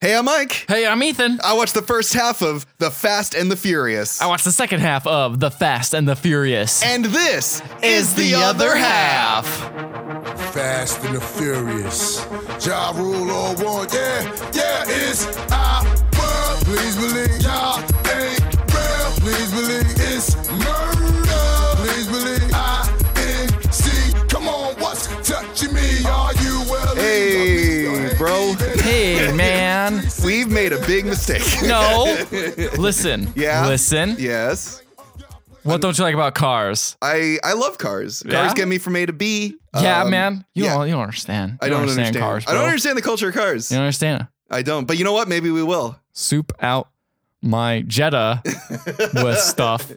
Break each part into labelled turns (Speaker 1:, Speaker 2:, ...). Speaker 1: Hey, I'm Mike.
Speaker 2: Hey, I'm Ethan.
Speaker 1: I watched the first half of The Fast and the Furious.
Speaker 2: I watched the second half of The Fast and the Furious.
Speaker 1: And this
Speaker 2: is the other half.
Speaker 3: Fast and the Furious. Ja Rule all one. Yeah, yeah, it's our world. Please believe y'all ain't real. Please believe it's murder. Please believe I N C. Come on, what's touching me? Are you well?
Speaker 1: Hey, bro.
Speaker 2: Hey, man.
Speaker 1: We've made a big mistake.
Speaker 2: No. Listen.
Speaker 1: Yeah.
Speaker 2: Listen.
Speaker 1: yes.
Speaker 2: What don't you like about cars?
Speaker 1: I, I love cars. Cars
Speaker 2: Yeah?
Speaker 1: get me from A to B.
Speaker 2: yeah,
Speaker 1: Um,
Speaker 2: man. You,
Speaker 1: yeah.
Speaker 2: don't, you don't understand.
Speaker 1: I
Speaker 2: You
Speaker 1: don't understand.
Speaker 2: cars.
Speaker 1: I don't
Speaker 2: bro.
Speaker 1: understand the culture of cars.
Speaker 2: You don't understand.
Speaker 1: I don't. But you know what? Maybe we will.
Speaker 2: Soup out my Jetta with stuff.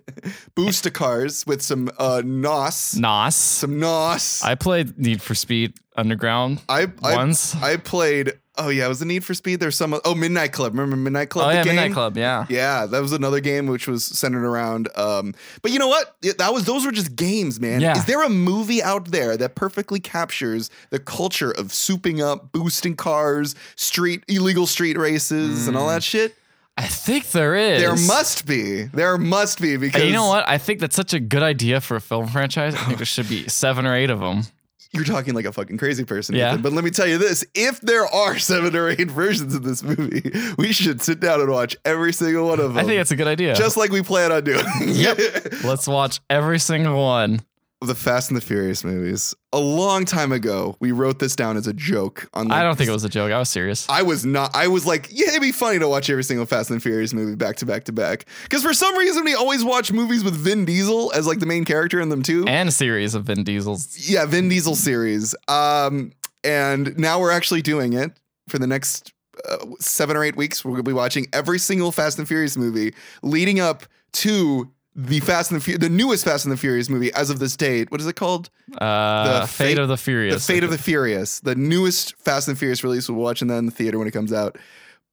Speaker 1: Boost to cars with some uh, NOS.
Speaker 2: Nos.
Speaker 1: Some NOS.
Speaker 2: I played Need for Speed Underground
Speaker 1: I, I,
Speaker 2: once.
Speaker 1: I played. Oh yeah, it was the Need for Speed. There's some. Oh, Midnight Club. Remember Midnight Club?
Speaker 2: oh,
Speaker 1: the
Speaker 2: yeah,
Speaker 1: game?
Speaker 2: Midnight Club. Yeah.
Speaker 1: Yeah, that was another game which was centered around. Um, but you know what? Yeah, That was those were just games, man.
Speaker 2: Yeah.
Speaker 1: Is there a movie out there that perfectly captures the culture of souping up, boosting cars, street illegal street races, and all
Speaker 2: Mm.
Speaker 1: that shit?
Speaker 2: I think there is.
Speaker 1: There must be. There must be because
Speaker 2: And you know what? I think that's such a good idea for a film franchise. I think there should be seven or eight of them.
Speaker 1: You're talking like a fucking crazy person.
Speaker 2: Yeah.
Speaker 1: Ethan, But let me tell you this: if there are seven or eight versions of this movie, we should sit down and watch every single one of them.
Speaker 2: I think that's a good idea.
Speaker 1: just like we plan on doing. Yep.
Speaker 2: Let's watch every single one.
Speaker 1: the Fast and the Furious movies. A long time ago, we wrote this down as a joke. On like,
Speaker 2: I don't think it was a joke. I was serious.
Speaker 1: I was not. I was like, yeah, it'd be funny to watch every single Fast and Furious movie back to back to back. Because for some reason, we always watch movies with Vin Diesel as like the main character in them too.
Speaker 2: And a series of Vin Diesel's.
Speaker 1: yeah, Vin Diesel series. Um, and now we're actually doing it for the next uh, seven or eight weeks. We're gonna be watching every single Fast and Furious movie leading up to the Fast and the, Fu- the newest Fast and the Furious movie as of this date. What is it called?
Speaker 2: Uh,
Speaker 1: The
Speaker 2: Fate,
Speaker 1: Fate-
Speaker 2: of the Furious.
Speaker 1: The Fate of the Furious, the newest Fast and Furious release. We're watching that in the theater when it comes out.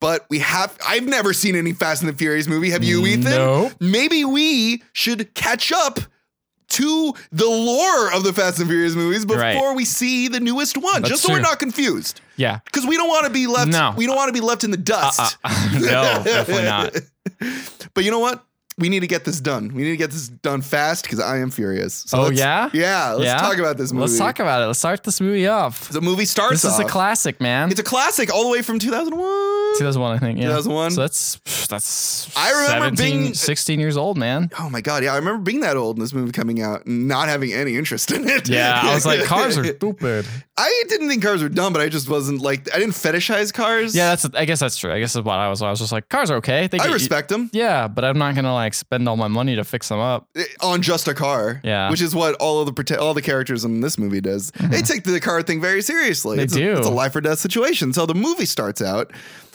Speaker 1: But we have, I've never seen any Fast and the Furious movie. Have you, Ethan?
Speaker 2: Nope.
Speaker 1: Maybe we should catch up to the lore of the Fast and Furious movies before
Speaker 2: Right.
Speaker 1: we see the newest one,
Speaker 2: That's
Speaker 1: just so we're
Speaker 2: true.
Speaker 1: not confused.
Speaker 2: Yeah.
Speaker 1: Because we don't want to be left,
Speaker 2: No.
Speaker 1: we don't want to be left in the dust.
Speaker 2: Uh, no, definitely not.
Speaker 1: But you know what? We need to get this done. We need to get this done fast because I am furious. So
Speaker 2: Oh,
Speaker 1: let's-
Speaker 2: yeah?
Speaker 1: yeah. Let's
Speaker 2: Yeah?
Speaker 1: talk about this movie.
Speaker 2: Let's talk about it. Let's start this movie off.
Speaker 1: The movie starts.
Speaker 2: This is a
Speaker 1: off-
Speaker 2: classic, man.
Speaker 1: It's a classic all the way from 2001.
Speaker 2: 2001, I think. Yeah.
Speaker 1: 2001.
Speaker 2: So that's that's.
Speaker 1: I remember
Speaker 2: 17,
Speaker 1: being-
Speaker 2: 16 years old, man.
Speaker 1: Oh my god, yeah, I remember being that old and this movie coming out and not having any interest in it.
Speaker 2: Yeah, I was like, cars are stupid.
Speaker 1: I didn't think cars were dumb, but I just wasn't like I didn't fetishize cars.
Speaker 2: Yeah, that's. I guess that's true. I guess that's what I was. I was just like, cars are okay. They
Speaker 1: I
Speaker 2: get-
Speaker 1: respect them
Speaker 2: Yeah, but I'm not gonna like spend all my money to fix them up.
Speaker 1: uh, on just a car.
Speaker 2: Yeah. Mm-hmm.
Speaker 1: which is what all of the prote- all the characters in this movie does. They take the car thing very seriously.
Speaker 2: They
Speaker 1: it's
Speaker 2: do.
Speaker 1: A, it's a life or death situation. So the movie starts out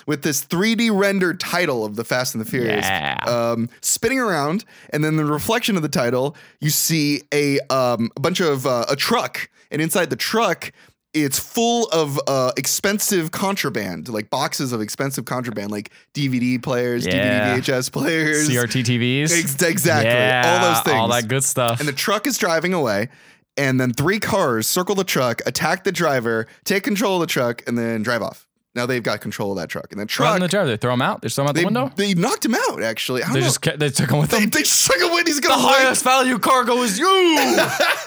Speaker 1: with this 3D rendered title of the Fast and the Furious.
Speaker 2: Yeah.
Speaker 1: um, spinning around, and then the reflection of the title, you see a um, a bunch of uh, a truck, and inside the truck. It's full of uh, expensive contraband, like boxes of expensive contraband, like DVD players,
Speaker 2: Yeah.
Speaker 1: DVD VHS players,
Speaker 2: CRT TVs.
Speaker 1: Ex- exactly.
Speaker 2: Yeah,
Speaker 1: all those things.
Speaker 2: All that good stuff.
Speaker 1: and the truck is driving away, and then three cars circle the truck, attack the driver, take control of the truck, and then drive off. Now they've got control of that truck, and then
Speaker 2: Throw 'em
Speaker 1: truck
Speaker 2: in the jar. They throw them out. They throw them out the
Speaker 1: they,
Speaker 2: window.
Speaker 1: they knocked him out. Actually, I don't
Speaker 2: They
Speaker 1: know.
Speaker 2: just ca- they took them with
Speaker 1: They,
Speaker 2: them.
Speaker 1: they suck a win. He's
Speaker 2: The
Speaker 1: gonna
Speaker 2: highest value cargo is you.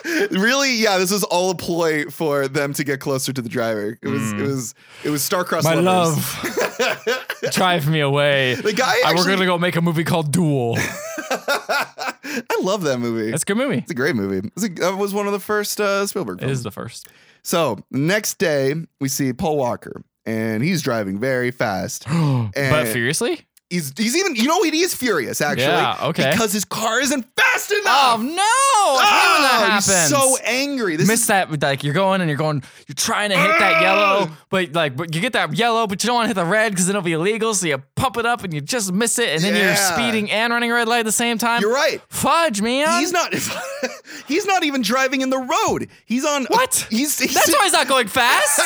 Speaker 1: win. really, yeah, this was all a ploy for them to get closer to the driver. It was, it was, it was star-crossed
Speaker 2: Mm. My
Speaker 1: lovers.
Speaker 2: love, drive me away.
Speaker 1: The guy
Speaker 2: I-
Speaker 1: actually-
Speaker 2: we're gonna go make a movie called Duel.
Speaker 1: I love that movie.
Speaker 2: It's a good movie.
Speaker 1: it's a great movie. It's a- that was one of the first uh, Spielberg
Speaker 2: It
Speaker 1: films.
Speaker 2: is the first.
Speaker 1: So next day, we see Paul Walker, and he's driving very fast.
Speaker 2: but furiously.
Speaker 1: He's he's even you know he is furious actually.
Speaker 2: Yeah, okay.
Speaker 1: Because his car isn't fast enough.
Speaker 2: Oh no! I hate when that
Speaker 1: Ah,
Speaker 2: happens.
Speaker 1: He's so angry. This
Speaker 2: miss
Speaker 1: is, Oh!
Speaker 2: that with, like you're going and you're going you're trying to hit that yellow but like but you get that yellow but you don't want to hit the red because then it'll be illegal so you pump it up and you just miss it and then
Speaker 1: Yeah.
Speaker 2: you're speeding and running a red light at the same time
Speaker 1: you're right.
Speaker 2: fudge man
Speaker 1: He's not. he's not even driving in the road. He's on
Speaker 2: What?
Speaker 1: He's, he's
Speaker 2: that's why he's not going fast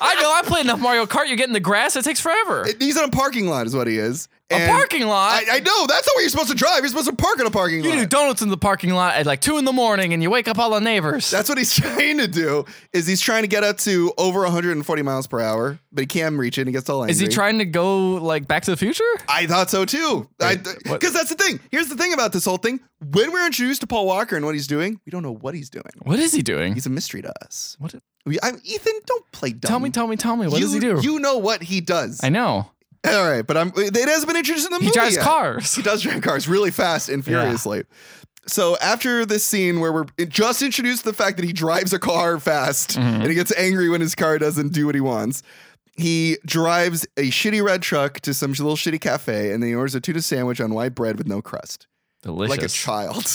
Speaker 2: i know i played enough mario kart you get in the grass it takes forever
Speaker 1: He's on a parking lot, is what he is,
Speaker 2: A
Speaker 1: And
Speaker 2: parking lot.
Speaker 1: I, I know that's not where you're supposed to drive. You're supposed to park in a parking
Speaker 2: you
Speaker 1: lot.
Speaker 2: do donuts in the parking lot at like two in the morning, and you wake up all the neighbors.
Speaker 1: That's what he's trying to do. Is he's trying to get up to over 140 miles per hour, but he can reach it. and He gets all angry.
Speaker 2: Is he trying to go like Back to the Future?
Speaker 1: I thought so too.
Speaker 2: Wait, what?
Speaker 1: Because that's the thing. Here's the thing about this whole thing. When we're introduced to Paul Walker and what he's doing, we don't know what he's doing.
Speaker 2: What is he doing?
Speaker 1: He's a mystery to us.
Speaker 2: what?
Speaker 1: We, I, Ethan, don't play dumb.
Speaker 2: Tell me, tell me, tell me. What
Speaker 1: you,
Speaker 2: does he do?
Speaker 1: You know what he does.
Speaker 2: I know.
Speaker 1: All right, but I'm. It hasn't been introduced in the movie.
Speaker 2: He drives
Speaker 1: yet.
Speaker 2: cars.
Speaker 1: He does drive cars really fast and
Speaker 2: Yeah.
Speaker 1: furiously. So after this scene where we're just introduced to the fact that he drives a car fast
Speaker 2: Mm-hmm.
Speaker 1: and he gets angry when his car doesn't do what he wants, he drives a shitty red truck to some little shitty cafe and then he orders a tuna sandwich on white bread with no crust,
Speaker 2: Delicious.
Speaker 1: like a child.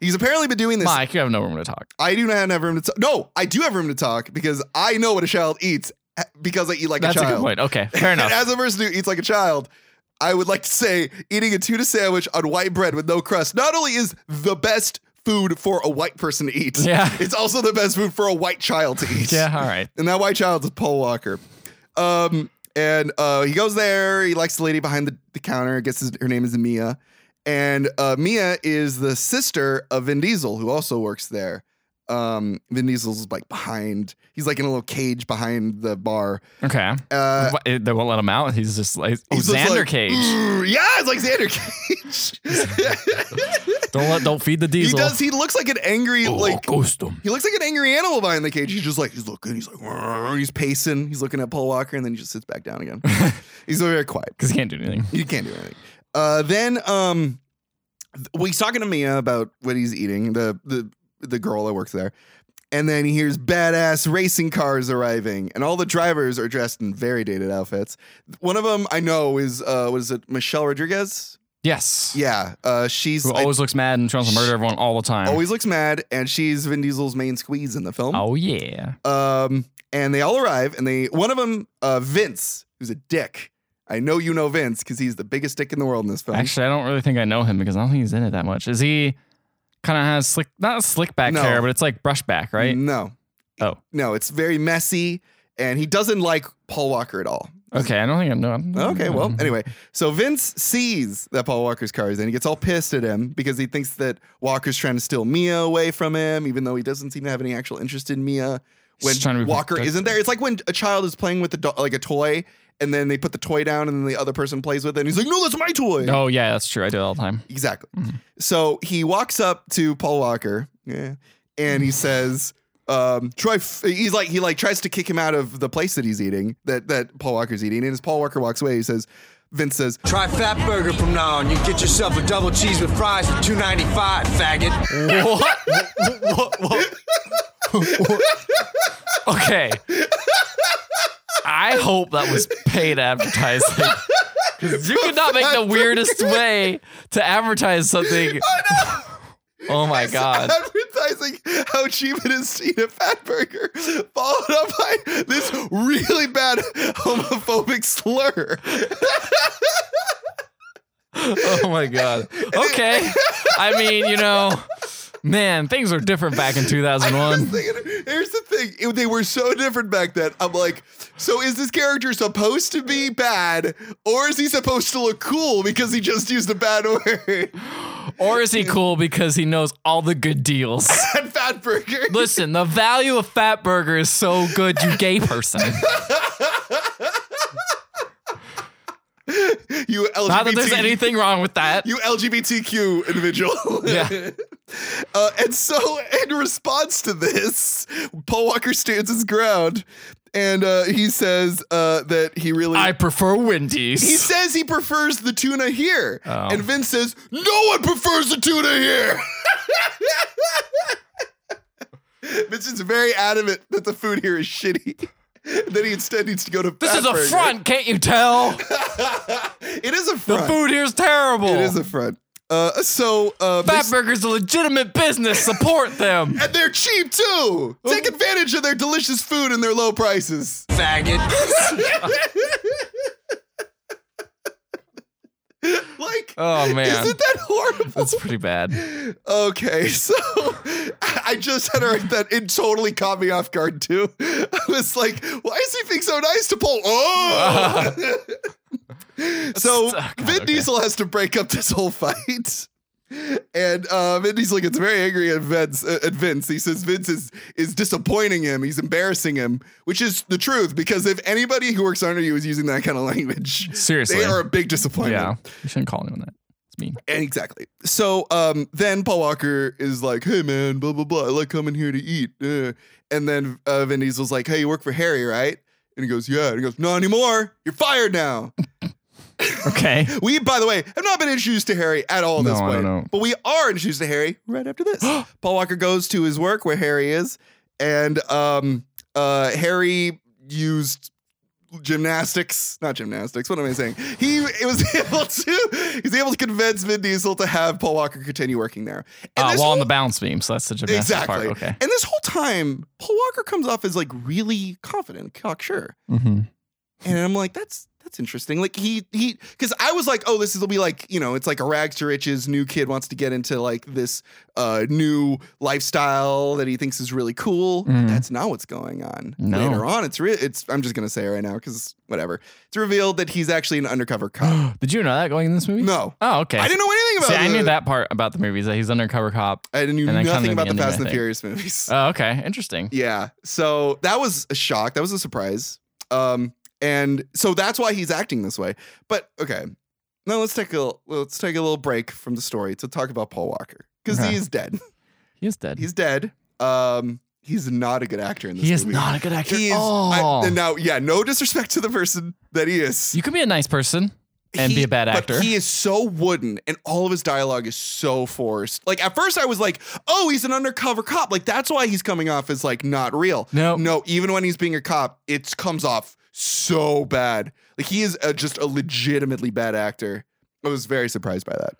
Speaker 1: He's apparently been doing this.
Speaker 2: Mike, you have no room to talk.
Speaker 1: I do not have room to talk. No, I do have room to talk because I know what a child eats eh, because I eat like
Speaker 2: That's
Speaker 1: a
Speaker 2: a,
Speaker 1: child.
Speaker 2: good point. Okay, fair
Speaker 1: And
Speaker 2: enough.
Speaker 1: as a person who eats like a child, I would like to say eating a tuna sandwich on white bread with no crust not only is the best food for a white person to eat,
Speaker 2: Yeah.
Speaker 1: it's also the best food for a white child to eat.
Speaker 2: yeah, all right.
Speaker 1: And that white child is Paul Walker. Um, and uh, he goes there. He likes the lady behind the, the counter. Gets his, her name is Mia, and uh, Mia is the sister of Vin Diesel, who also works there. Um, Vin Diesel's like behind. He's like in a little cage behind the bar.
Speaker 2: Okay.
Speaker 1: Uh,
Speaker 2: What- it- they won't let him out. He's just like oh,
Speaker 1: He's just
Speaker 2: Xander
Speaker 1: like,
Speaker 2: Cage.
Speaker 1: "Ooh," Yeah, it's like Xander Cage.
Speaker 2: Don't let. Don't feed the
Speaker 1: he
Speaker 2: diesel.
Speaker 1: does. He looks like an angry
Speaker 2: Oh,
Speaker 1: like.
Speaker 2: ghost him.
Speaker 1: He looks like an angry animal behind the cage. He's just like he's looking. He's like "Rrr," he's pacing. He's looking at Paul Walker, and then he just sits back down again. he's very quiet.
Speaker 2: Because he can't do anything.
Speaker 1: You can't do anything. Uh, then um, th- well, he's talking to Mia about what he's eating. The the the girl that works there. And then he hears badass racing cars arriving, and all the drivers are dressed in very dated outfits. One of them I know is uh, what is it, Michelle Rodriguez?
Speaker 2: Yes.
Speaker 1: Yeah, uh, she's
Speaker 2: Who
Speaker 1: I-
Speaker 2: always looks mad and tries to murder everyone all the time.
Speaker 1: always looks mad, and she's Vin Diesel's main squeeze in the film.
Speaker 2: Oh yeah.
Speaker 1: Um, and they all arrive, and they one of them, uh, Vince, who's a dick. I know you know Vince because he's the biggest dick in the world in this film.
Speaker 2: Actually, I don't really think I know him because I don't think he's in it that much. Is he? Kind of has slick, not slick back
Speaker 1: No. Mm.
Speaker 2: hair, but it's like brush back, right?
Speaker 1: No.
Speaker 2: Oh.
Speaker 1: no, it's very messy, and he doesn't like Paul Walker at all.
Speaker 2: Okay, I don't think I know. him. Mm.
Speaker 1: Okay,
Speaker 2: Mm-hmm.
Speaker 1: well, anyway, so Vince sees that Paul Walker's car is in. He gets all pissed at him because he thinks that Walker's trying to steal Mia away from him, even though he doesn't seem to have any actual interest in Mia.
Speaker 2: He's
Speaker 1: When
Speaker 2: just trying to be
Speaker 1: Walker
Speaker 2: protective.
Speaker 1: isn't there, it's like when a child is playing with a do- like a toy, and then they put the toy down, and then the other person plays with it, and he's like, "No, that's my toy."
Speaker 2: Oh yeah, that's true. I do it all the time.
Speaker 1: Exactly.
Speaker 2: Mhm.
Speaker 1: So he walks up to Paul Walker, yeah, and he says, um, "Try." F-, he's like he like tries to kick him out of the place that he's eating that that Paul Walker's eating, and as Paul Walker walks away, he says, "Vince says,
Speaker 4: Try Fat Burger from now on. You can get yourself a double cheese with fries for two ninety five, faggot.
Speaker 2: what? what? what? okay. I hope that was paid advertising. 'Cause You could not make the weirdest way to advertise something.
Speaker 1: "Oh
Speaker 2: Oh my
Speaker 1: no!"
Speaker 2: god.
Speaker 1: Advertising how cheap it is to eat a fat burger, followed up by this really bad homophobic slur.
Speaker 2: Oh my god. Okay. I mean, you know, man, things were different back in
Speaker 1: I was
Speaker 2: 2001.
Speaker 1: thinking- here's the thing. It- they were so different back then. I'm like, so is this character supposed to be bad or is he supposed to look cool because he just used a bad word?
Speaker 2: Or is he cool because he knows all the good deals?
Speaker 1: Bad fat burger.
Speaker 2: Listen, the value of Fat Burger is so good, you gay person.
Speaker 1: You
Speaker 2: Not that there's
Speaker 1: LGBT
Speaker 2: anything wrong with that.
Speaker 1: You LGBTQ individual.
Speaker 2: Yeah.
Speaker 1: Uh, and so, in response to this, Paul Walker stands his ground and uh, he says uh, that he really.
Speaker 2: I prefer
Speaker 1: He
Speaker 2: Wendy's.
Speaker 1: says he prefers the tuna here.
Speaker 2: Oh.
Speaker 1: And Vince says, No one prefers the tuna here. Vince is very adamant that the food here is shitty. that he instead needs to go to
Speaker 2: This is a
Speaker 1: Fatburger.
Speaker 2: front, can't you tell?
Speaker 1: it is a
Speaker 2: The
Speaker 1: front.
Speaker 2: food here's terrible.
Speaker 1: It is a front. Uh, so uh,
Speaker 2: Fat
Speaker 1: this-
Speaker 2: Burger's a legitimate business. Support them.
Speaker 1: and they're cheap too.
Speaker 2: Oh.
Speaker 1: Take advantage of their delicious food and their low prices.
Speaker 4: Faggot.
Speaker 1: Like,
Speaker 2: Oh man,
Speaker 1: isn't that horrible?
Speaker 2: that's pretty bad.
Speaker 1: Okay, so I just had to write that. It totally caught me off guard too. I was like, "Why is he being so nice to Paul?" Oh, So
Speaker 2: oh, God,
Speaker 1: Vin
Speaker 2: okay.
Speaker 1: Diesel has to break up this whole fight. And uh, Vin Diesel gets very angry at Vince. Uh, at Vince, he says Vince is is disappointing him. He's embarrassing him, which is the truth. Because if anybody who works under you is using that kind of language,
Speaker 2: Seriously.
Speaker 1: they are a big disappointment.
Speaker 2: yeah. You shouldn't call anyone that. It's mean.
Speaker 1: And exactly. So um, then Paul Walker is like, "Hey man, blah blah blah. I like coming here to eat." Uh. And then uh, Vin Diesel's like, "Hey, you work for Harry, right?" And he goes, "Yeah." And he goes, "Not anymore. You're fired now."
Speaker 2: Okay.
Speaker 1: We, by the way, have not been introduced to Harry at all
Speaker 2: No,
Speaker 1: this
Speaker 2: I
Speaker 1: way.
Speaker 2: don't know.
Speaker 1: But we are introduced to Harry right after this. Paul Walker goes to his work where Harry is, and um, uh, Harry used gymnastics, not gymnastics. What am I saying? He it was able to he's able to convince Vin Diesel to have Paul Walker continue working there. And
Speaker 2: Uh,
Speaker 1: this
Speaker 2: well, on
Speaker 1: whole-
Speaker 2: the balance beam. So that's the gymnastics
Speaker 1: exactly.
Speaker 2: part. Okay.
Speaker 1: And this whole time, Paul Walker comes off as like really confident, cocksure.
Speaker 2: Mm-hmm.
Speaker 1: And I'm like, that's that's interesting. Like he he because I was like, oh, this will be like, you know, it's like a rags to riches new kid wants to get into like this uh new lifestyle that he thinks is really cool.
Speaker 2: Mm.
Speaker 1: That's not what's going on.
Speaker 2: No.
Speaker 1: Later on, it's real it's I'm just gonna say it right now because whatever. It's revealed that he's actually an undercover cop.
Speaker 2: Did you know that going in this movie?
Speaker 1: no.
Speaker 2: Oh, okay.
Speaker 1: I didn't know anything about
Speaker 2: See, I
Speaker 1: the-
Speaker 2: knew that part about the movies that he's undercover cop.
Speaker 1: I knew
Speaker 2: And then
Speaker 1: nothing
Speaker 2: kinda
Speaker 1: about the
Speaker 2: the ending,
Speaker 1: Fast
Speaker 2: I
Speaker 1: and the
Speaker 2: think.
Speaker 1: Furious movies.
Speaker 2: Oh, okay. Interesting.
Speaker 1: Yeah. So that was a shock. That was a surprise. Um, and so that's why he's acting this way. But okay, now let's take a let's take a little break from the story to talk about Paul Walker because
Speaker 2: Okay.
Speaker 1: he is dead.
Speaker 2: He is dead.
Speaker 1: He's dead. Um, he's not a good actor in this.
Speaker 2: he is
Speaker 1: movie.
Speaker 2: not a good actor.
Speaker 1: He is.
Speaker 2: at all.
Speaker 1: I, and now, yeah, no disrespect to the person that he is.
Speaker 2: you can be a nice person and
Speaker 1: He-
Speaker 2: be a bad
Speaker 1: but
Speaker 2: actor.
Speaker 1: he is so wooden, and all of his dialogue is so forced. Like at first, I was like, "Oh, he's an undercover cop. Like that's why he's coming off as like not real."
Speaker 2: No.
Speaker 1: no. Even when he's being a cop, it comes off so bad. Like he is uh just a legitimately bad actor. I was very surprised by that.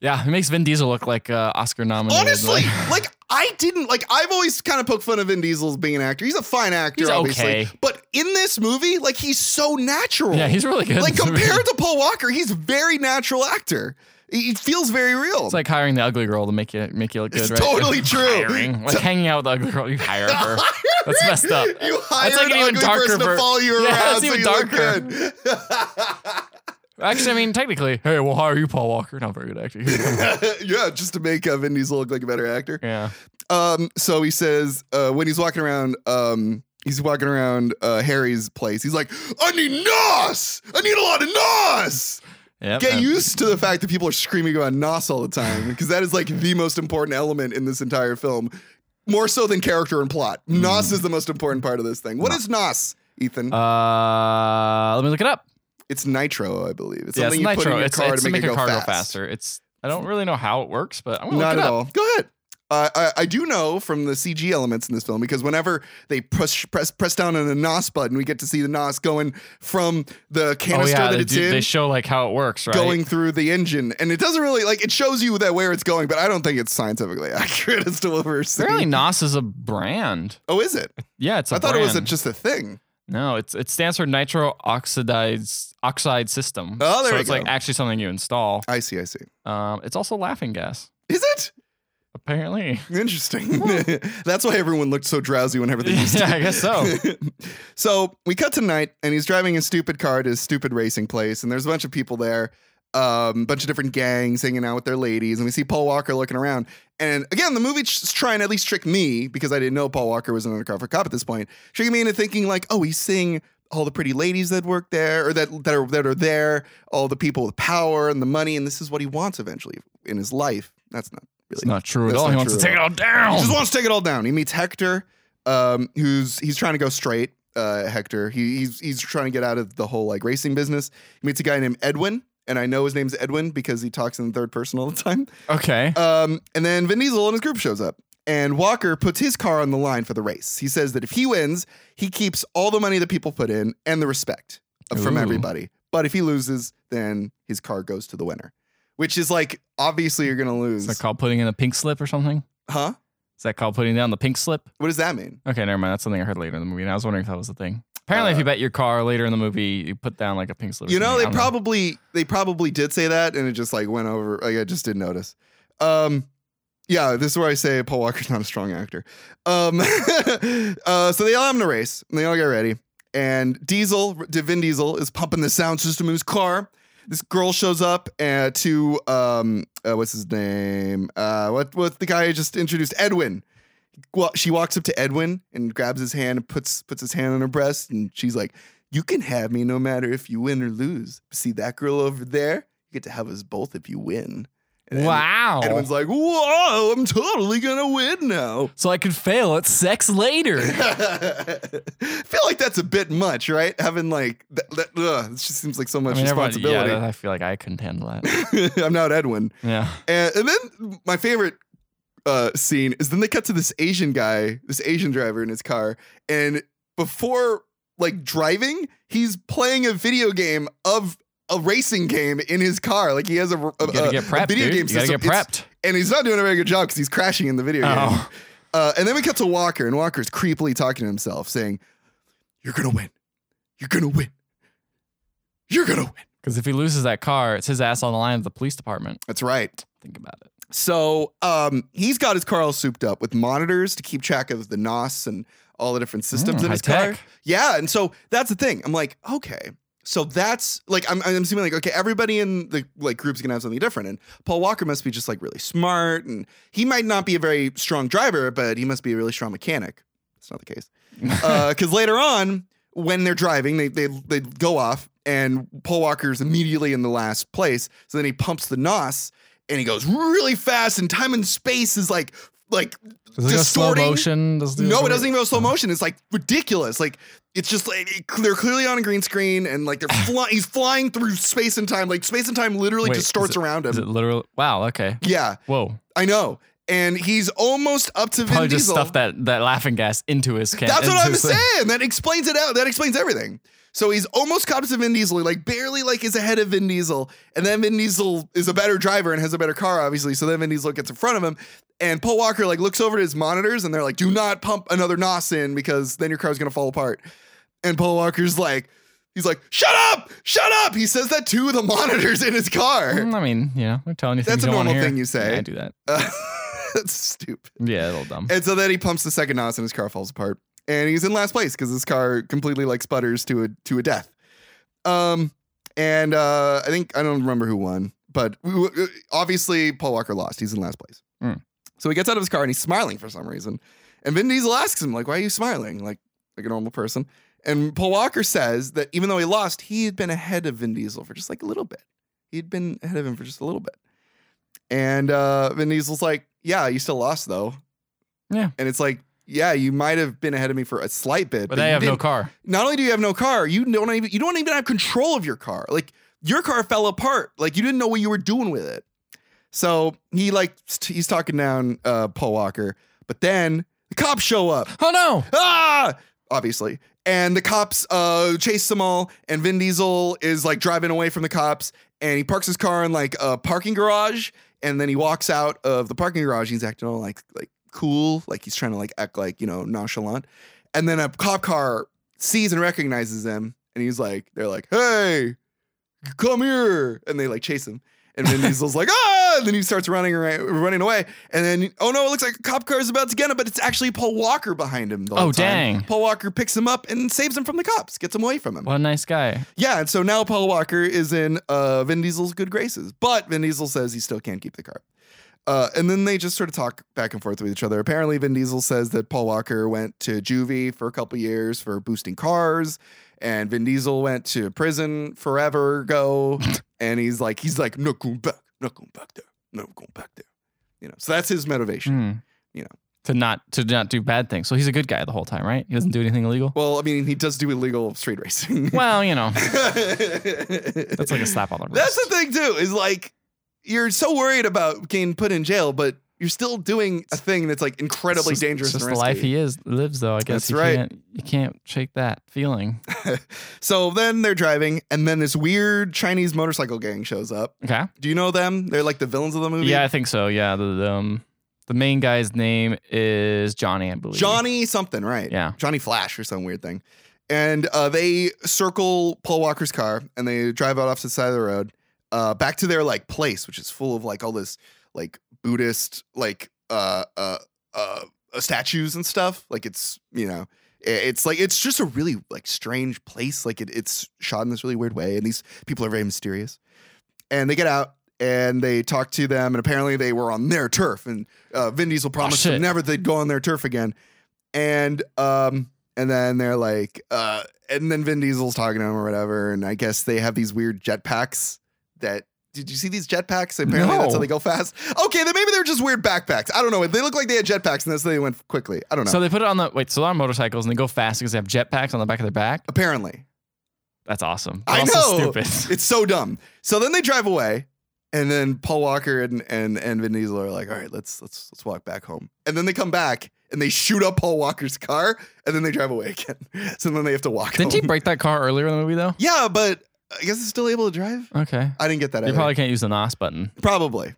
Speaker 2: yeah, he makes Vin Diesel look like uh, Oscar nominated.
Speaker 1: Honestly,
Speaker 2: like-
Speaker 1: like I didn't like. I've always kind of poked fun of Vin Diesel as being an actor. He's a fine actor,
Speaker 2: He's
Speaker 1: obviously.
Speaker 2: okay.
Speaker 1: But in this movie, like he's so natural.
Speaker 2: yeah, he's really good. in
Speaker 1: like
Speaker 2: this movie.
Speaker 1: compared to Paul Walker, he's a very natural actor. He he feels very real.
Speaker 2: It's like hiring the ugly girl to make you make you look good,
Speaker 1: It's
Speaker 2: right?
Speaker 1: totally true.
Speaker 2: Hiring, like hanging out with the ugly girl, you hire her. That's messed up.
Speaker 1: You hire
Speaker 2: That's like
Speaker 1: an
Speaker 2: an even
Speaker 1: ugly
Speaker 2: darker
Speaker 1: person to
Speaker 2: ver-
Speaker 1: follow you
Speaker 2: Yeah,
Speaker 1: around
Speaker 2: that's
Speaker 1: so
Speaker 2: even
Speaker 1: you
Speaker 2: darker.
Speaker 1: look good.
Speaker 2: Actually, I mean, technically, hey, we'll hire you, Paul Walker. Not very good actor.
Speaker 1: yeah, just to make uh, Vin Diesel look like a better actor.
Speaker 2: yeah.
Speaker 1: Um, so he says uh, when he's walking around, um, he's walking around uh, Harry's place. He's like, "I need nos. I need a lot of nos."
Speaker 2: Yep.
Speaker 1: Get
Speaker 2: and-
Speaker 1: used to the fact that people are screaming about nos all the time because that is like the most important element in this entire film, more so than character and plot.
Speaker 2: Hmm.
Speaker 1: Nos is the most important part of this thing. What is nos, Ethan?
Speaker 2: Uh, let me look it up.
Speaker 1: It's nitro, I believe. It's
Speaker 2: Yeah, it's
Speaker 1: something you put in
Speaker 2: nitro.
Speaker 1: your
Speaker 2: It's,
Speaker 1: car
Speaker 2: it's
Speaker 1: to make, it go,
Speaker 2: car
Speaker 1: fast.
Speaker 2: go faster. It's I don't really know how it works, but I'm gonna
Speaker 1: Not
Speaker 2: look it
Speaker 1: at
Speaker 2: up.
Speaker 1: all. Go ahead. Uh, I, I do know from the CG elements in this film because whenever they push press press down on the nos button, we get to see the nos going from the
Speaker 2: Oh
Speaker 1: canister
Speaker 2: yeah,
Speaker 1: that
Speaker 2: they,
Speaker 1: it's
Speaker 2: do,
Speaker 1: in
Speaker 2: they show like how it works, right?
Speaker 1: going through the engine, and it doesn't really like it shows you that where it's going, but I don't think it's scientifically accurate as to what we're seeing.
Speaker 2: Apparently, Nos is a brand.
Speaker 1: Oh, is it?
Speaker 2: Yeah, it's.
Speaker 1: I
Speaker 2: a
Speaker 1: thought it was a,
Speaker 2: brand.
Speaker 1: just a thing.
Speaker 2: No, it's it stands for nitro oxidized oxide system.
Speaker 1: Oh, there
Speaker 2: so
Speaker 1: you
Speaker 2: it's like
Speaker 1: go.
Speaker 2: actually something you install.
Speaker 1: I see. I see.
Speaker 2: Um, it's also laughing gas.
Speaker 1: Is it
Speaker 2: Apparently,
Speaker 1: interesting? That's why everyone looked so drowsy whenever they used
Speaker 2: yeah, I guess so.
Speaker 1: so we cut to night, and he's driving his stupid car to his stupid racing place, and there's a bunch of people there, a um, bunch of different gangs hanging out with their ladies, and we see Paul Walker looking around. And again, the movie's trying to at least trick me because I didn't know Paul Walker was an undercover cop at this point, tricking me into thinking like, oh, he's seeing all the pretty ladies that work there or that that are that are there, all the people with power and the money, and this is what he wants eventually in his life. That's not really
Speaker 2: It's not true at
Speaker 1: That's
Speaker 2: all. He
Speaker 1: not
Speaker 2: wants to
Speaker 1: true
Speaker 2: take
Speaker 1: at
Speaker 2: it all
Speaker 1: he
Speaker 2: down.
Speaker 1: just wants to take it all down. He meets Hector, um, who's he's trying to go straight. Uh, Hector, he, he's he's trying to get out of the whole like racing business. He meets a guy named Edwin, and I know his name's Edwin because he talks in the third person all the time.
Speaker 2: Okay.
Speaker 1: Um, and then Vin Diesel and his group shows up, and Walker puts his car on the line for the race. He says that if he wins, he keeps all the money that people put in and the respect of- from
Speaker 2: Ooh.
Speaker 1: everybody. But if he loses, then his car goes to the winner, which is like obviously you're gonna
Speaker 2: Is
Speaker 1: lose,
Speaker 2: that called putting in the pink slip or something?
Speaker 1: huh?
Speaker 2: Is that called putting down the pink slip?
Speaker 1: What does that mean?
Speaker 2: Okay, never mind. That's something I heard later in the movie, and I was wondering if that was the thing. Apparently,
Speaker 1: Uh,
Speaker 2: if you bet your car later in the movie, you put down like a pink slip. or
Speaker 1: You know, they
Speaker 2: something. I don't
Speaker 1: probably they probably did say that, and it just like went over. Like I just didn't notice. Um, yeah, this is where I say Paul Walker's not a strong actor. Um, uh, so they all have him to race, and they all get ready. And Diesel, Vin Diesel, is pumping the sound system in his car. this girl shows up uh, to um, uh, what's his name? Uh, what what the guy I just introduced? Edwin. Well, she walks up to Edwin and grabs his hand and puts puts his hand on her breast, and she's like, "You can have me no matter if you win or lose. See that girl over there? You get to have us both if you win." And then
Speaker 2: Wow.
Speaker 1: Edwin's like, "Whoa, I'm totally gonna win now."
Speaker 2: so I could fail at sex later.
Speaker 1: I feel like that's a bit much, right? Having like that, that ugh, it just seems like so
Speaker 2: I
Speaker 1: much
Speaker 2: mean, everybody,
Speaker 1: responsibility.
Speaker 2: yeah, I feel like I couldn't handle that.
Speaker 1: I'm not Edwin.
Speaker 2: Yeah.
Speaker 1: And, and then my favorite uh, scene is then they cut to this Asian guy, this Asian driver in his car, and before like driving, he's playing a video game of a racing game in his car. Like he has a, a,
Speaker 2: You gotta
Speaker 1: a-
Speaker 2: get
Speaker 1: a
Speaker 2: prepped,
Speaker 1: video
Speaker 2: dude.
Speaker 1: game
Speaker 2: you gotta
Speaker 1: system.
Speaker 2: get
Speaker 1: It's-
Speaker 2: prepped.
Speaker 1: and he's not doing a very good job because he's crashing in the video game.
Speaker 2: Oh.
Speaker 1: Uh, and then we cut to Walker, and Walker's creepily talking to himself, saying, "You're gonna win. You're gonna win. You're gonna win."
Speaker 2: Because if he loses that car, it's his ass on the line at the police department.
Speaker 1: That's right.
Speaker 2: Think about it.
Speaker 1: So um, he's got his car all souped up with monitors to keep track of the NOS and all the different systems
Speaker 2: Mm,
Speaker 1: in his
Speaker 2: high
Speaker 1: car.
Speaker 2: tech.
Speaker 1: Yeah, and so that's the thing. I'm like, okay, so that's like I'm I'm assuming like okay, everybody in the like group's gonna have something different, and Paul Walker must be just like really smart, and he might not be a very strong driver, but he must be a really strong mechanic. That's not the case because later on when they're driving they, they they go off and paul walker's immediately in the last place so then he pumps the nos and he goes really fast and time and space is like like
Speaker 2: Does it go slow
Speaker 1: Distorting?
Speaker 2: motion? Does
Speaker 1: no it doesn't even go slow motion it's like ridiculous like it's just like it- they're clearly on a green screen and like they're flying he's flying through space and time like space and time literally
Speaker 2: Wait,
Speaker 1: distorts
Speaker 2: is
Speaker 1: around
Speaker 2: Is
Speaker 1: him
Speaker 2: it literal? Wow. Okay.
Speaker 1: yeah
Speaker 2: Whoa.
Speaker 1: i know and he's almost up to
Speaker 2: Probably
Speaker 1: Vin
Speaker 2: just
Speaker 1: Diesel.
Speaker 2: stuffed that, that laughing gas into his can.
Speaker 1: That's what
Speaker 2: into
Speaker 1: I'm
Speaker 2: his-
Speaker 1: saying. That explains it out. That explains everything. So he's almost caught up to Vin Diesel, He, like barely like is ahead of Vin Diesel, and then Vin Diesel is a better driver and has a better car, obviously. So then Vin Diesel gets in front of him, and Paul Walker like looks over to his monitors, and they're like, "Do not pump another nos in because then your car's gonna fall apart." And Paul Walker's like, he's like, "Shut up, shut up!" He says that to the monitors in his car.
Speaker 2: Mm, I mean, you know, we're telling you
Speaker 1: That's
Speaker 2: things
Speaker 1: a
Speaker 2: you don't wanna
Speaker 1: normal
Speaker 2: hear.
Speaker 1: thing you say.
Speaker 2: Yeah, I do that.
Speaker 1: Uh, that's stupid.
Speaker 2: Yeah, a little dumb.
Speaker 1: And so then he pumps the second nos and his car falls apart. And he's in last place because his car completely like sputters to a to a death. Um, and uh, I think I don't remember who won, but we- we- obviously Paul Walker lost. He's in last place.
Speaker 2: Mm.
Speaker 1: So he gets out of his car and he's smiling for some reason. And Vin Diesel asks him like, "Why are you smiling?" Like like a normal person. And Paul Walker says that even though he lost, he had been ahead of Vin Diesel for just like a little bit. He'd been ahead of him for just a little bit. And uh, Vin Diesel's like, "Yeah, you still lost though."
Speaker 2: Yeah.
Speaker 1: And it's like, yeah, you might have been ahead of me for a slight bit,
Speaker 2: But
Speaker 1: you
Speaker 2: they have no
Speaker 1: didn't-
Speaker 2: car.
Speaker 1: Not only do you have no car, you don't even you don't even have control of your car. Like your car fell apart. Like you didn't know what you were doing with it. So he like st- he's talking down uh, Paul Walker, but then the cops show up
Speaker 2: Oh no!
Speaker 1: ah, obviously. And the cops uh, chase them all, and Vin Diesel is like driving away from the cops, and he parks his car in like a parking garage, and then he walks out of the parking garage. He's acting all like like cool, like he's trying to like act like you know nonchalant, and then a cop car sees and recognizes him, and he's like, they're like, hey, come here, and they like chase him. And Vin Diesel's like, ah! And then he starts running around, running away. And then, oh no, it looks like a cop car is about to get him, but it's actually Paul Walker behind him. The whole
Speaker 2: Oh,
Speaker 1: time.
Speaker 2: dang.
Speaker 1: Paul Walker picks him up and saves him from the cops, gets him away from him.
Speaker 2: What a nice guy.
Speaker 1: Yeah, and so now Paul Walker is in uh, Vin Diesel's good graces, but Vin Diesel says he still can't keep the car. Uh, and then they just sort of talk back and forth with each other. Apparently, Vin Diesel says that Paul Walker went to juvie for a couple years for boosting cars, and Vin Diesel went to prison forever ago. and he's like, he's like, not going back, not going back there, not going back there. You know, so that's his motivation.
Speaker 2: Hmm.
Speaker 1: You know.
Speaker 2: To not to not do bad things. So he's a good guy the whole time, right? He doesn't do anything illegal.
Speaker 1: Well, I mean, he does do illegal street racing.
Speaker 2: Well, you know,
Speaker 1: that's
Speaker 2: that's like a slap on the wrist.
Speaker 1: That's the thing too. Is like you're so worried about getting put in jail, but you're still doing a thing that's like incredibly
Speaker 2: It's just-
Speaker 1: dangerous.
Speaker 2: It's just
Speaker 1: and
Speaker 2: the life
Speaker 1: risky.
Speaker 2: he is lives, though. I guess
Speaker 1: That's
Speaker 2: you
Speaker 1: right.
Speaker 2: can't you can't shake that feeling.
Speaker 1: So then they're driving, and then this weird Chinese motorcycle gang shows up.
Speaker 2: Okay.
Speaker 1: Do you know them? They're like the villains of the movie.
Speaker 2: Yeah, I think so. Yeah, the the, um, the main guy's name is Johnny, I believe.
Speaker 1: Johnny something, right?
Speaker 2: Yeah.
Speaker 1: Johnny Flash or some weird thing. And uh, they circle Paul Walker's car and they drive out off to the side of the road uh, back to their like place, which is full of like all this like Buddhist like uh, uh, uh, uh, statues and stuff. Like it's, you know, I- It's like it's just a really like strange place. Like it, it's shot in this really weird way, and these people are very mysterious. And they get out and they talk to them, and apparently they were on their turf. And uh, Vin Diesel promised
Speaker 2: Ah, shit.
Speaker 1: them never they'd go on their turf again. And um, and then they're like, uh, and then Vin Diesel's talking to him or whatever. And I guess they have these weird jetpacks that. Did you see these jetpacks? Apparently, that's how
Speaker 2: No.
Speaker 1: they go fast. Okay, then maybe they're just weird backpacks. I don't know. They look like they had jetpacks, and that's how they went quickly. I don't know.
Speaker 2: So they put it on the wait. So they're on motorcycles and they go fast because they have jetpacks on the back of their back.
Speaker 1: apparently,
Speaker 2: That's awesome. But
Speaker 1: I
Speaker 2: also
Speaker 1: know.
Speaker 2: Stupid.
Speaker 1: It's so dumb. So then they drive away, and then Paul Walker and and and Vin Diesel are like, "All right, let's let's let's walk back home." And then they come back and they shoot up Paul Walker's car, and then they drive away again. So then they have to walk.
Speaker 2: Didn't he
Speaker 1: home.
Speaker 2: break that car earlier in the movie though?
Speaker 1: Yeah, but I guess it's still able to drive.
Speaker 2: Okay.
Speaker 1: I didn't get that.
Speaker 2: You
Speaker 1: either.
Speaker 2: probably can't use the NOS button.
Speaker 1: probably.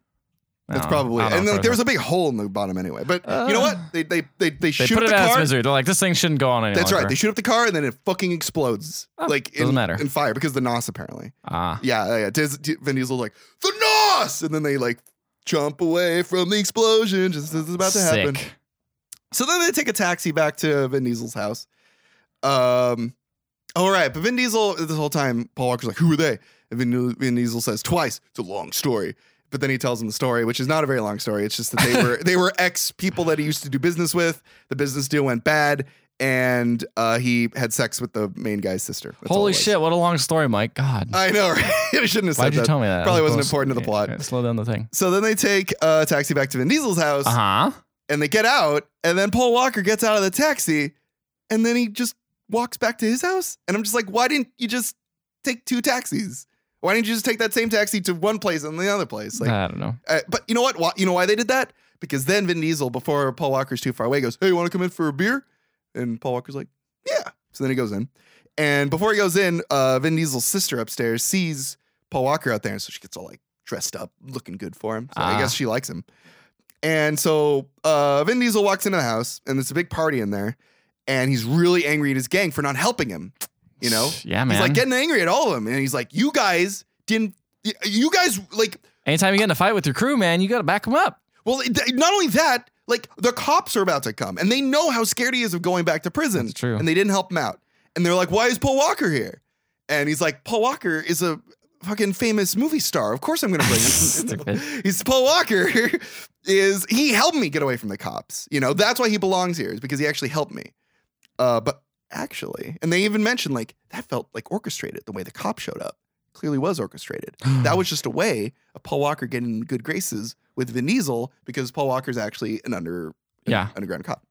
Speaker 1: That's probably. And then, like, there was a big hole in the bottom anyway. But you know
Speaker 2: Uh,
Speaker 1: what? They they they they
Speaker 2: They
Speaker 1: shoot
Speaker 2: put
Speaker 1: up
Speaker 2: it
Speaker 1: the
Speaker 2: out of its
Speaker 1: car.
Speaker 2: misery. They're like, this thing shouldn't go on anymore.
Speaker 1: That's right. They shoot up the car and then it fucking explodes. like in,
Speaker 2: Oh, doesn't matter.
Speaker 1: in fire because the nos apparently.
Speaker 2: ah.
Speaker 1: Yeah, yeah. Diz, D- Vin Diesel's like the nos, and then they like jump away from the explosion just as it's about to happen.
Speaker 2: Sick.
Speaker 1: So then they take a taxi back to Vin Diesel's house. Um, all right, but Vin Diesel this whole time, Paul Walker's like, "Who are they?" And Vin, Vin Diesel says twice, "It's a long story." But then he tells him the story, which is not a very long story. It's just that they were they were ex people that he used to do business with. The business deal went bad, and uh, he had sex with the main guy's sister. That's all it
Speaker 2: Holy
Speaker 1: was.
Speaker 2: shit! What a long story, Mike. God.
Speaker 1: I know, right? I shouldn't have said
Speaker 2: Why'd you
Speaker 1: that.
Speaker 2: tell me that?
Speaker 1: Probably
Speaker 2: That was
Speaker 1: wasn't
Speaker 2: close.
Speaker 1: important to the
Speaker 2: Yeah,
Speaker 1: plot.
Speaker 2: yeah, slow down the thing.
Speaker 1: So then they take a taxi back to Vin Diesel's house
Speaker 2: Uh huh.
Speaker 1: and they get out, and then Paul Walker gets out of the taxi, and then he just walks back to his house. And I'm just like, why didn't you just take two taxis? Why didn't you just take that same taxi to one place and the other place? Like,
Speaker 2: I don't know.
Speaker 1: uh, but you know what? Why, you know why they did that? Because then Vin Diesel, before Paul Walker's too far away, goes, "Hey, you want to come in for a beer?" And Paul Walker's like, "Yeah." So then he goes in, and before he goes in, uh, Vin Diesel's sister upstairs sees Paul Walker out there, and so she gets all like dressed up, looking good for him. So I
Speaker 2: Ah.
Speaker 1: guess she likes him. And so uh, Vin Diesel walks into the house, and there's a big party in there, and he's really angry at his gang for not helping him. You know,
Speaker 2: Yeah, man.
Speaker 1: he's like getting angry at all of them, and he's like, "You guys didn't." y- You guys like
Speaker 2: Anytime you get in a fight with your crew, man, you gotta back them up.
Speaker 1: well, th- not only that, like the cops are about to come and they know how scared he is of going back to prison.
Speaker 2: That's true.
Speaker 1: And they didn't help him out. And they're like, why is Paul Walker here? And he's like, Paul Walker is a fucking famous movie star. Of course I'm going to bring
Speaker 2: Stupid.
Speaker 1: him. he's Paul Walker is, he helped me get away from the cops. You know, that's why he belongs here is because he actually helped me. Uh, but actually, and they even mentioned like, that felt like orchestrated the way the cop showed up. Clearly was orchestrated that was just a way of Paul Walker getting in good graces with Vin Diesel because Paul Walker's actually an under
Speaker 2: Yeah.
Speaker 1: underground cop.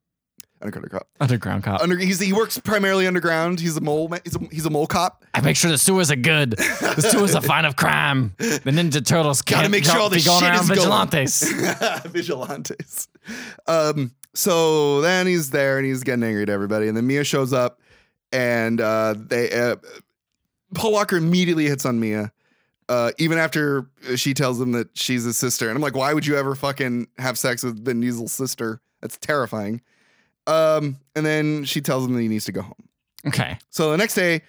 Speaker 1: Underground cop.
Speaker 2: Underground cop.
Speaker 1: Under, he's, he works primarily underground. He's a mole. ma- He's a, he's a mole cop.
Speaker 2: I make sure the sewers are good. The sewers are fine of crime. The Ninja Turtles
Speaker 1: Gotta
Speaker 2: can't
Speaker 1: make sure
Speaker 2: go-
Speaker 1: all the
Speaker 2: be going
Speaker 1: shit
Speaker 2: around
Speaker 1: is going.
Speaker 2: vigilantes.
Speaker 1: Vigilantes. Um, so then he's there and he's getting angry at everybody. And then Mia shows up and uh, they uh, Paul Walker immediately hits on Mia. Uh, even after she tells him that she's his sister. And I'm like, why would you ever fucking have sex with Vin Diesel's sister? That's terrifying. Um, and then she tells him that he needs to go home.
Speaker 2: Okay.
Speaker 1: So the next day,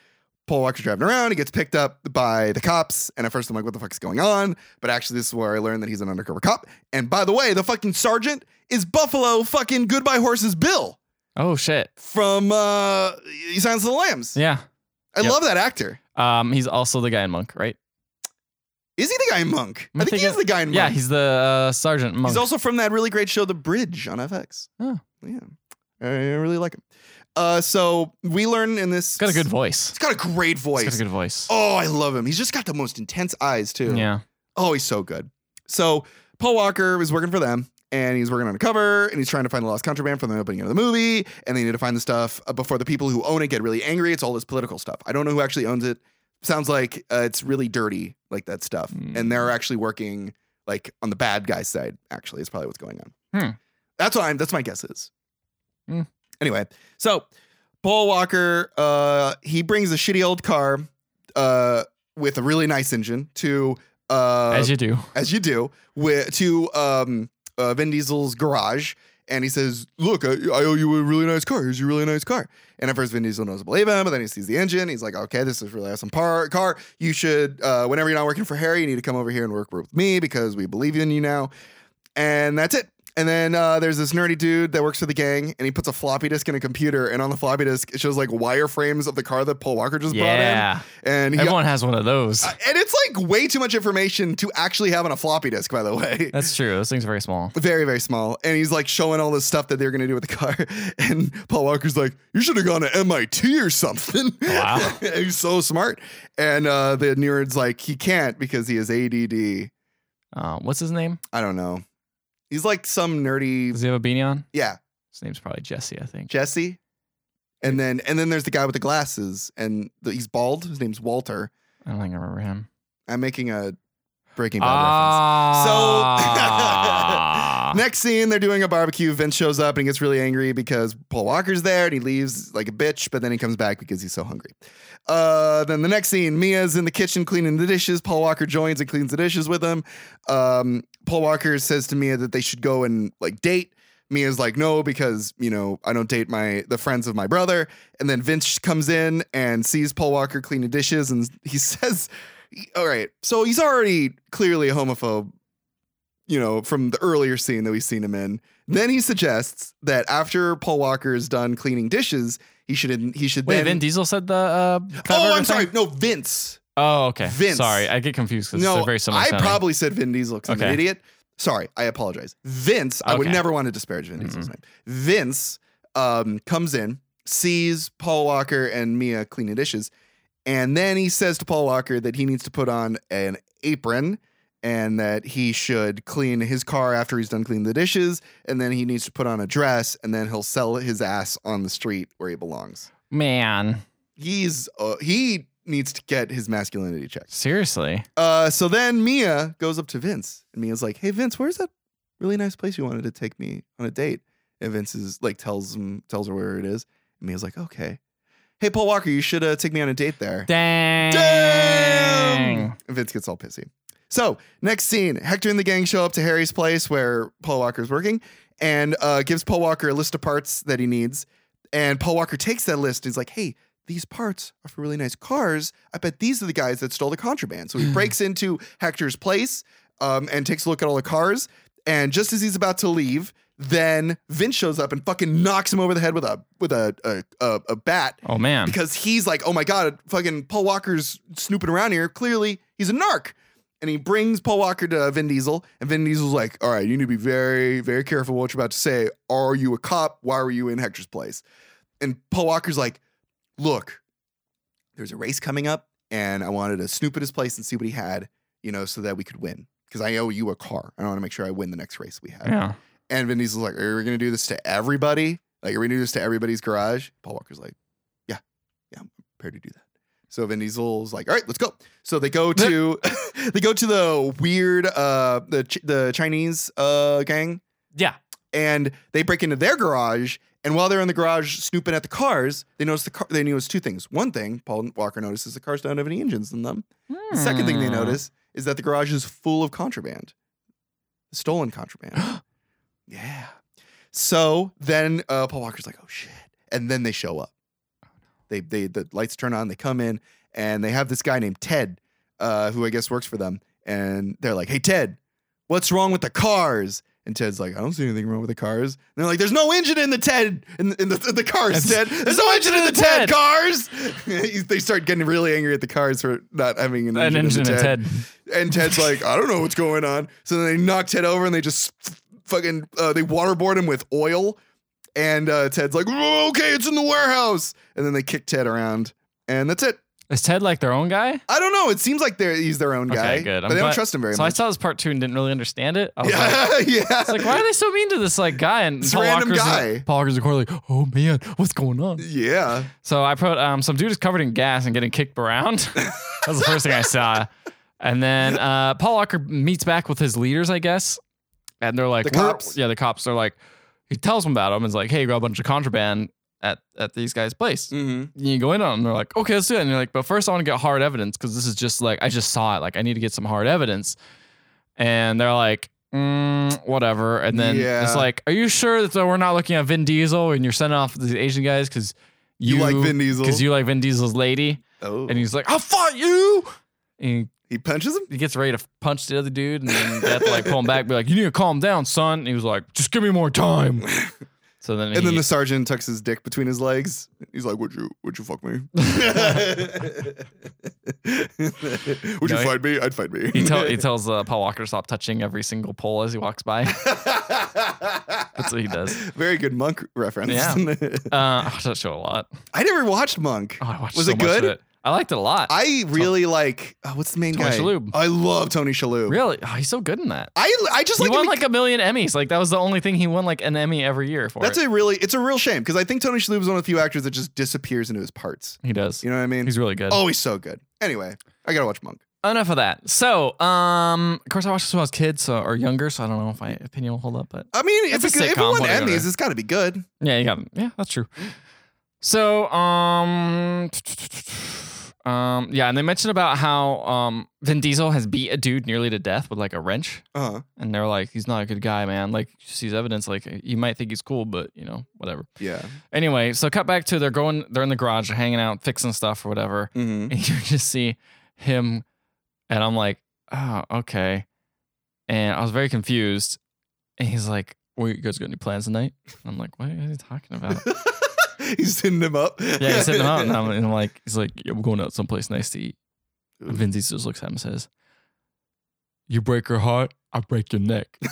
Speaker 1: Paul Walker's driving around. He gets picked up by the cops. And at first, I'm like, what the fuck is going on? But actually, this is where I learned that he's an undercover cop. And by the way, the fucking sergeant is Buffalo fucking Goodbye Horses Bill
Speaker 2: Oh shit.
Speaker 1: from uh, Silence of the Lambs.
Speaker 2: Yeah.
Speaker 1: I
Speaker 2: Yep.
Speaker 1: love that actor.
Speaker 2: Um, he's also the guy in Monk, right?
Speaker 1: Is he the guy in Monk?
Speaker 2: I'm
Speaker 1: I think he is
Speaker 2: thinking-
Speaker 1: the guy in Monk.
Speaker 2: Yeah, he's the uh, sergeant in Monk.
Speaker 1: He's also from that really great show, The Bridge, on FX.
Speaker 2: Oh.
Speaker 1: Yeah. I really like him. Uh, so we learn in this.
Speaker 2: He's got a good voice.
Speaker 1: He's got a great voice.
Speaker 2: He's got a good voice.
Speaker 1: Oh, I love him. He's just got the most intense eyes too.
Speaker 2: Yeah.
Speaker 1: Oh, he's so good. So Paul Walker was working for them, and he's working on a cover, and he's trying to find the lost contraband from the opening of the movie, and they need to find the stuff uh, before the people who own it get really angry. It's all this political stuff. I don't know who actually owns it. Sounds like uh, it's really dirty, like that stuff,
Speaker 2: Hmm.
Speaker 1: and they're actually working like on the bad guy's side. Actually, is probably what's going on.
Speaker 2: Hmm.
Speaker 1: That's what I'm. That's my guess is.
Speaker 2: Hmm.
Speaker 1: Anyway, so Paul Walker, uh, he brings a shitty old car uh, with a really nice engine to uh,
Speaker 2: As you do.
Speaker 1: as you do, with, to um, uh, Vin Diesel's garage. And he says, Look, I, I owe you a really nice car. Here's your really nice car. And at first, Vin Diesel doesn't believe him, but then he sees the engine. He's like, Okay, this is a really awesome par- car. You should, uh, whenever you're not working for Harry, you need to come over here and work with me because we believe in you now. And that's it. And then uh, there's this nerdy dude that works for the gang, and he puts a floppy disk in a computer, and on the floppy disk it shows like wireframes of the car that Paul Walker just
Speaker 2: Yeah.
Speaker 1: brought in. And he,
Speaker 2: Everyone has one of those.
Speaker 1: and it's like way too much information to actually have on a floppy disk, by the way.
Speaker 2: That's true. Those things are very small.
Speaker 1: Very, very small. And he's like showing all this stuff that they're going to do with the car. And Paul Walker's like, You should have gone to MIT or something.
Speaker 2: Wow.
Speaker 1: he's so smart. And uh, the nerd's like, He can't because he has ADD.
Speaker 2: Uh, what's his name?
Speaker 1: I don't know. He's like some nerdy.
Speaker 2: Does he have a beanie on?
Speaker 1: Yeah.
Speaker 2: His name's probably Jesse, I think.
Speaker 1: Jesse. And then, and then there's the guy with the glasses, and the, he's bald. His name's Walter.
Speaker 2: I don't think I remember him.
Speaker 1: I'm making a Breaking Bad reference.
Speaker 2: Ah.
Speaker 1: Next scene, they're doing a barbecue. Vince shows up and he gets really angry because Paul Walker's there and he leaves like a bitch, but then he comes back because he's so hungry. Uh, then the next scene, Mia's in the kitchen cleaning the dishes. Paul Walker joins and cleans the dishes with him. Um, Paul Walker says to Mia that they should go and like date. Mia's like, no, because you know I don't date my the friends of my brother. And then Vince comes in and sees Paul Walker cleaning dishes, and he says, "All right, so he's already clearly a homophobe, you know, from the earlier scene that we've seen him in. Then he suggests that after Paul Walker is done cleaning dishes, he should he should
Speaker 2: Wait,
Speaker 1: then.
Speaker 2: Vin Diesel said the. Uh,
Speaker 1: oh,
Speaker 2: cover
Speaker 1: I'm
Speaker 2: thing?
Speaker 1: sorry, no, Vince.
Speaker 2: Oh, okay.
Speaker 1: Vince.
Speaker 2: Sorry, I get confused because
Speaker 1: No,
Speaker 2: they're very similar.
Speaker 1: I
Speaker 2: sounding.
Speaker 1: probably said Vin Diesel because I'm an
Speaker 2: Okay.
Speaker 1: idiot. Sorry, I apologize. Vince, I would
Speaker 2: Okay. Mm-hmm.
Speaker 1: never want to disparage Vin Diesel's name. Vince um, comes in, sees Paul Walker and Mia cleaning dishes, and then he says to Paul Walker that he needs to put on an apron and that he should clean his car after he's done cleaning the dishes, and then he needs to put on a dress, and then he'll sell his ass on the street where he belongs.
Speaker 2: Man,
Speaker 1: He's uh, he needs to get his masculinity checked.
Speaker 2: seriously.
Speaker 1: Uh, so then Mia goes up to Vince, and Mia's like, "Hey Vince, where's that really nice place you wanted to take me on a date?" And Vince is like, tells him, tells her where it is. And Mia's like, "Okay, hey Paul Walker, you should uh, take me on a date there."
Speaker 2: Dang.
Speaker 1: Damn! And Vince gets all pissy. So next scene, Hector and the gang show up to Harry's place where Paul Walker's working, and uh, gives Paul Walker a list of parts that he needs. And Paul Walker takes that list. And he's like, "Hey, these parts are for really nice cars. I bet these are the guys that stole the contraband." So he breaks into Hector's place um, and takes a look at all the cars. And just as he's about to leave, then Vince shows up and fucking knocks him over the head with a with a a, a, a bat
Speaker 2: Oh man.
Speaker 1: because he's like, oh my god, fucking Paul Walker's snooping around here. Clearly, he's a narc. And he brings Paul Walker to Vin Diesel, and Vin Diesel's like, "All right, you need to be very, very careful what you're about to say. Are you a cop? Why were you in Hector's place?" And Paul Walker's like, "Look, there's a race coming up, and I wanted to snoop at his place and see what he had, you know, so that we could win. Because I owe you a car, and I want to make sure I win the next race we have."
Speaker 2: Yeah.
Speaker 1: And Vin Diesel's like, Are we gonna do this to everybody? Like, are we gonna do this to everybody's garage? Paul Walker's like, Yeah, yeah, I'm prepared to do that. So Vin Diesel's like, All right, let's go. So they go to they go to the weird uh the Ch- the Chinese uh gang
Speaker 2: Yeah.
Speaker 1: and they break into their garage. And while they're in the garage snooping at the cars, they notice the car. They notice two things. One thing Paul Walker notices the cars don't have any engines in them. The second thing they
Speaker 2: Hmm.
Speaker 1: notice is that the garage is full of contraband, stolen contraband. yeah. So then uh, Paul Walker's like, "Oh shit!" And then they show up. They they the lights turn on. They come in and they have this guy named Ted, uh, who I guess works for them. And they're like, "Hey Ted, what's wrong with the cars?" And Ted's like, "I don't see anything wrong with the cars." And they're like, "There's no engine in the Ted in the, in the, in the cars,
Speaker 2: It's-
Speaker 1: Ted. There's no engine in the Ted
Speaker 2: Ted."
Speaker 1: cars." they start getting really angry at the cars for not having an
Speaker 2: Hmm. An
Speaker 1: engine,
Speaker 2: engine
Speaker 1: in the
Speaker 2: and
Speaker 1: Ted.
Speaker 2: Ted.
Speaker 1: And Ted's like, I don't know what's going on. So then they knock Ted over and they just f- fucking uh, they waterboard him with oil. And uh, Ted's like, "Oh, okay, it's in the warehouse. And then they kick Ted around, and that's it.
Speaker 2: Is Ted like their own guy?
Speaker 1: I don't know. It seems like they're he's their own guy,
Speaker 2: Okay, good.
Speaker 1: but
Speaker 2: I'm
Speaker 1: they don't
Speaker 2: glad-
Speaker 1: trust him very
Speaker 2: so
Speaker 1: much.
Speaker 2: I saw this part two and didn't really understand it. I was like,
Speaker 1: yeah, yeah.
Speaker 2: It's like, why are they so mean to this like guy? And
Speaker 1: This
Speaker 2: Paul
Speaker 1: random
Speaker 2: Walker's
Speaker 1: guy.
Speaker 2: Paul Walker's in the corner like, oh man, what's going on?
Speaker 1: yeah.
Speaker 2: So I put um, some dude is covered in gas and getting kicked around. that was the first thing I saw. And then uh, Paul Walker meets back with his leaders, I guess. And they're like,
Speaker 1: The
Speaker 2: "We're-"
Speaker 1: cops?
Speaker 2: Yeah, the cops. They're like, he tells them about him. It's like, hey, you got a bunch of contraband at, at these guys' place.
Speaker 1: Mm-hmm.
Speaker 2: And you go in on them. They're like, okay, let's do it. And you're like, but first I want to get hard evidence because this is just like, I just saw it. Like, I need to get some hard evidence. And they're like, mm, whatever. And then
Speaker 1: Yeah.
Speaker 2: it's like, are you sure that we're not looking at Vin Diesel and you're sending off these Asian guys because
Speaker 1: You like Vin Diesel?
Speaker 2: Because you like Vin Diesel's lady.
Speaker 1: Oh,
Speaker 2: And he's like, I'll fight you. And
Speaker 1: He punches him.
Speaker 2: He gets ready to punch the other dude, and then they have to like pull him back, be like, "You need to calm down, son." And he was like, "Just give me more time." So then,
Speaker 1: And
Speaker 2: he,
Speaker 1: then the sergeant tucks his dick between his legs. He's like, "Would you? Would you fuck me? would
Speaker 2: No,
Speaker 1: you
Speaker 2: he-
Speaker 1: fight me? I'd fight me."
Speaker 2: he, tell, he tells uh, Paul Walker to stop touching every single pole as he walks by. That's what he does.
Speaker 1: Very good monk reference.
Speaker 2: Yeah. Uh, I watched that show a lot.
Speaker 1: I never watched Monk.
Speaker 2: Oh, I watched
Speaker 1: Was
Speaker 2: so
Speaker 1: it
Speaker 2: much of
Speaker 1: good?
Speaker 2: it. I liked it a lot.
Speaker 1: I really like oh, what's the main
Speaker 2: Tony
Speaker 1: guy?
Speaker 2: Shalhoub.
Speaker 1: I love Tony Shalhoub.
Speaker 2: really, oh, he's so good in that.
Speaker 1: I I just like
Speaker 2: he
Speaker 1: him
Speaker 2: won
Speaker 1: bec-
Speaker 2: like a million Emmys. Like that was the only thing he won like an Emmy every year for.
Speaker 1: that's
Speaker 2: it.
Speaker 1: a really it's a real shame because I think Tony Shalhoub is one of the few actors that just disappears into his parts.
Speaker 2: He does.
Speaker 1: You know what I mean?
Speaker 2: He's really good.
Speaker 1: always so good. Anyway, I gotta watch Monk.
Speaker 2: enough of that. So, um, of course, I watched this when I was a kid, so or younger. So I don't know if my opinion will hold up, but
Speaker 1: I mean, if,
Speaker 2: It's a
Speaker 1: it, could- if it
Speaker 2: sitcom,
Speaker 1: won
Speaker 2: what are you gonna
Speaker 1: Emmys,
Speaker 2: do?
Speaker 1: it's got to be good.
Speaker 2: yeah, you got yeah, that's true. So, um, um, yeah, and they mentioned about how um Vin Diesel has beat a dude nearly to death with like a wrench,
Speaker 1: Uh huh.
Speaker 2: and they're like, he's not a good guy, man. Like, you sees evidence. Like, you might think he's cool, but you know, whatever.
Speaker 1: Yeah.
Speaker 2: Anyway, so cut back to they're going, they're in the garage, hanging out, fixing stuff or whatever.
Speaker 1: Mm-hmm.
Speaker 2: and you just see him and i'm like oh okay and i was very confused and he's like well you guys got any plans tonight And i'm like what are you talking about
Speaker 1: he's hitting him up.
Speaker 2: yeah he's sitting out and I'm, and I'm like he's like yeah, we're going out someplace nice to eat and Vin Diesel just looks at him and says you break her heart i break your neck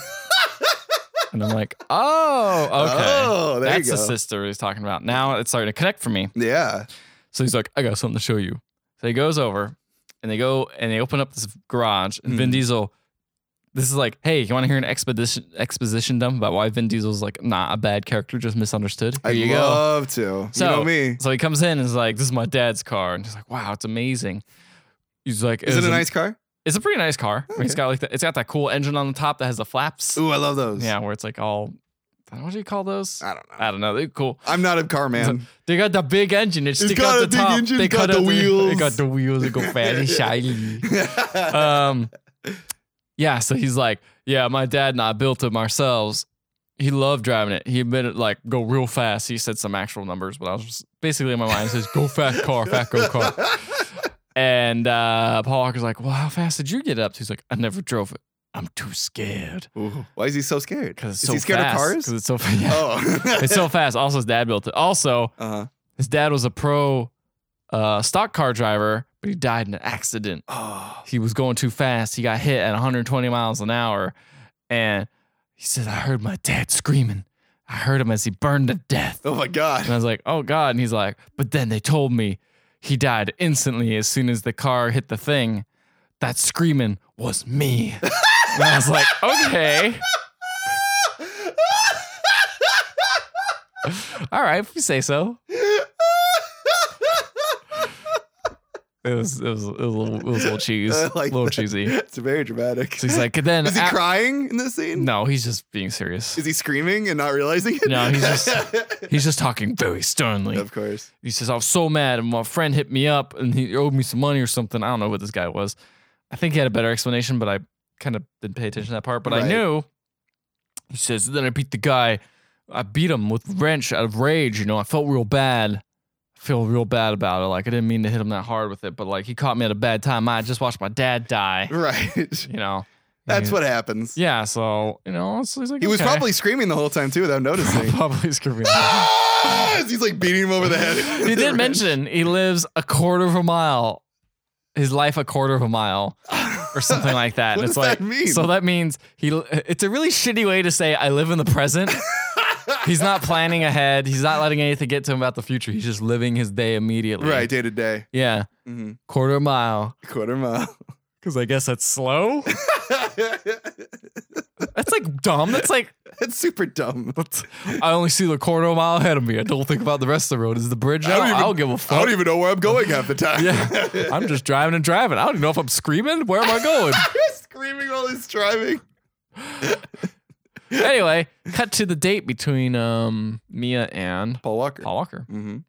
Speaker 2: and i'm like oh okay
Speaker 1: Oh, there
Speaker 2: that's
Speaker 1: you
Speaker 2: the
Speaker 1: go.
Speaker 2: sister he's talking about now it's starting to connect for me
Speaker 1: Yeah.
Speaker 2: so he's like, I got something to show you. So he goes over and they go and they open up this garage and
Speaker 1: Hmm.
Speaker 2: Vin Diesel. This is like, hey, you want to hear an expedition exposition dump about why Vin Diesel's like not a bad character, just misunderstood? Here
Speaker 1: I'd
Speaker 2: you go.
Speaker 1: love to.
Speaker 2: So
Speaker 1: you know me.
Speaker 2: So he comes in and is like, this is my dad's car, and he's like, wow, it's amazing. He's like,
Speaker 1: Is it
Speaker 2: was
Speaker 1: a
Speaker 2: am-
Speaker 1: nice car?
Speaker 2: It's a pretty nice car. I mean, it's got like the, it's got that cool engine on the top that has the flaps.
Speaker 1: Ooh, I love those.
Speaker 2: Yeah, where it's like all. What do you call those?
Speaker 1: I don't know.
Speaker 2: I don't know. They're cool.
Speaker 1: I'm not a car man.
Speaker 2: They got the big engine. It stick
Speaker 1: got
Speaker 2: out
Speaker 1: a
Speaker 2: the
Speaker 1: big
Speaker 2: top.
Speaker 1: engine,
Speaker 2: they
Speaker 1: got
Speaker 2: cut
Speaker 1: the
Speaker 2: out They
Speaker 1: wheels.
Speaker 2: got the wheels. They go fast and shiny. Um, yeah. So he's like, yeah, my dad and I built them ourselves. He loved driving it. He admitted like go real fast. He said some actual numbers, but I was just basically in my mind it says go fast car, fat go car. And uh, Paul Walker's like, well, how fast did you get up? to? He's like, I never drove it. I'm too scared
Speaker 1: Ooh, why is he so scared?
Speaker 2: because it's
Speaker 1: is
Speaker 2: so
Speaker 1: he scared
Speaker 2: fast.
Speaker 1: of cars?
Speaker 2: Because it's so fast.
Speaker 1: oh.
Speaker 2: it's so fast. Also, his dad built it. Also,
Speaker 1: uh-huh.
Speaker 2: his dad was a pro uh, stock car driver, but he died in an accident.
Speaker 1: Oh.
Speaker 2: He was going too fast. He got hit at 120 miles an hour. And he said, I heard my dad screaming. I heard him as he burned to death.
Speaker 1: Oh my
Speaker 2: And
Speaker 1: god.
Speaker 2: I was like, oh God. And he's like, but then they told me he died instantly as soon as the car hit the thing. That screaming was me. and I was like, okay. All right, if you say so. It was it was it was a little, it was a little cheese,
Speaker 1: I like
Speaker 2: little
Speaker 1: that.
Speaker 2: cheesy. So
Speaker 1: It's very dramatic.
Speaker 2: he's like, then
Speaker 1: is he
Speaker 2: a-
Speaker 1: crying in this scene?
Speaker 2: No, he's just being serious.
Speaker 1: Is he screaming and not realizing it?
Speaker 2: No, he's just- He's just talking very sternly.
Speaker 1: of course.
Speaker 2: He says, I was so mad, and my friend hit me up and he owed me some money or something. I don't know what this guy was. I think he had a better explanation, but I kind of didn't pay attention to that part. But I
Speaker 1: Right.
Speaker 2: knew he says, Then I beat the guy. I beat him with wrench out of rage. You know, I felt real bad. I feel real bad about it. Like, I didn't mean to hit him that hard with it, but like, he caught me at a bad time. I just watched my dad die,
Speaker 1: Right.
Speaker 2: you know.
Speaker 1: That's
Speaker 2: Yeah.
Speaker 1: what happens.
Speaker 2: Yeah, so, you know, so he's like,
Speaker 1: He was
Speaker 2: "Okay."
Speaker 1: probably screaming the whole time too without noticing.
Speaker 2: probably screaming.
Speaker 1: Ah! He's like beating him over the head.
Speaker 2: he did mention he lives a quarter of a mile. His life a quarter of a mile, or something like that.
Speaker 1: What
Speaker 2: and it's
Speaker 1: does
Speaker 2: like
Speaker 1: that mean?
Speaker 2: so that means he. It's a really shitty way to say I live in the present. he's not planning ahead. He's not letting anything get to him about the future. He's just living his day immediately.
Speaker 1: Right, day to day.
Speaker 2: Yeah.
Speaker 1: Mhm.
Speaker 2: Quarter mile.
Speaker 1: Quarter mile.
Speaker 2: Because I guess that's slow. that's like dumb. That's like
Speaker 1: That's super dumb.
Speaker 2: I only see the quarter mile ahead of me. I don't think about the rest of the road. Is the bridge? I
Speaker 1: don't
Speaker 2: don't,
Speaker 1: even-
Speaker 2: I don't give a
Speaker 1: I
Speaker 2: fuck.
Speaker 1: don't even know where I'm going half the time.
Speaker 2: Yeah. I'm just driving and driving. I don't even know if I'm screaming. Where am I going?
Speaker 1: He's screaming while he's driving.
Speaker 2: anyway, cut to the date between um Mia and
Speaker 1: Paul Walker.
Speaker 2: Paul Walker.
Speaker 1: Mhm.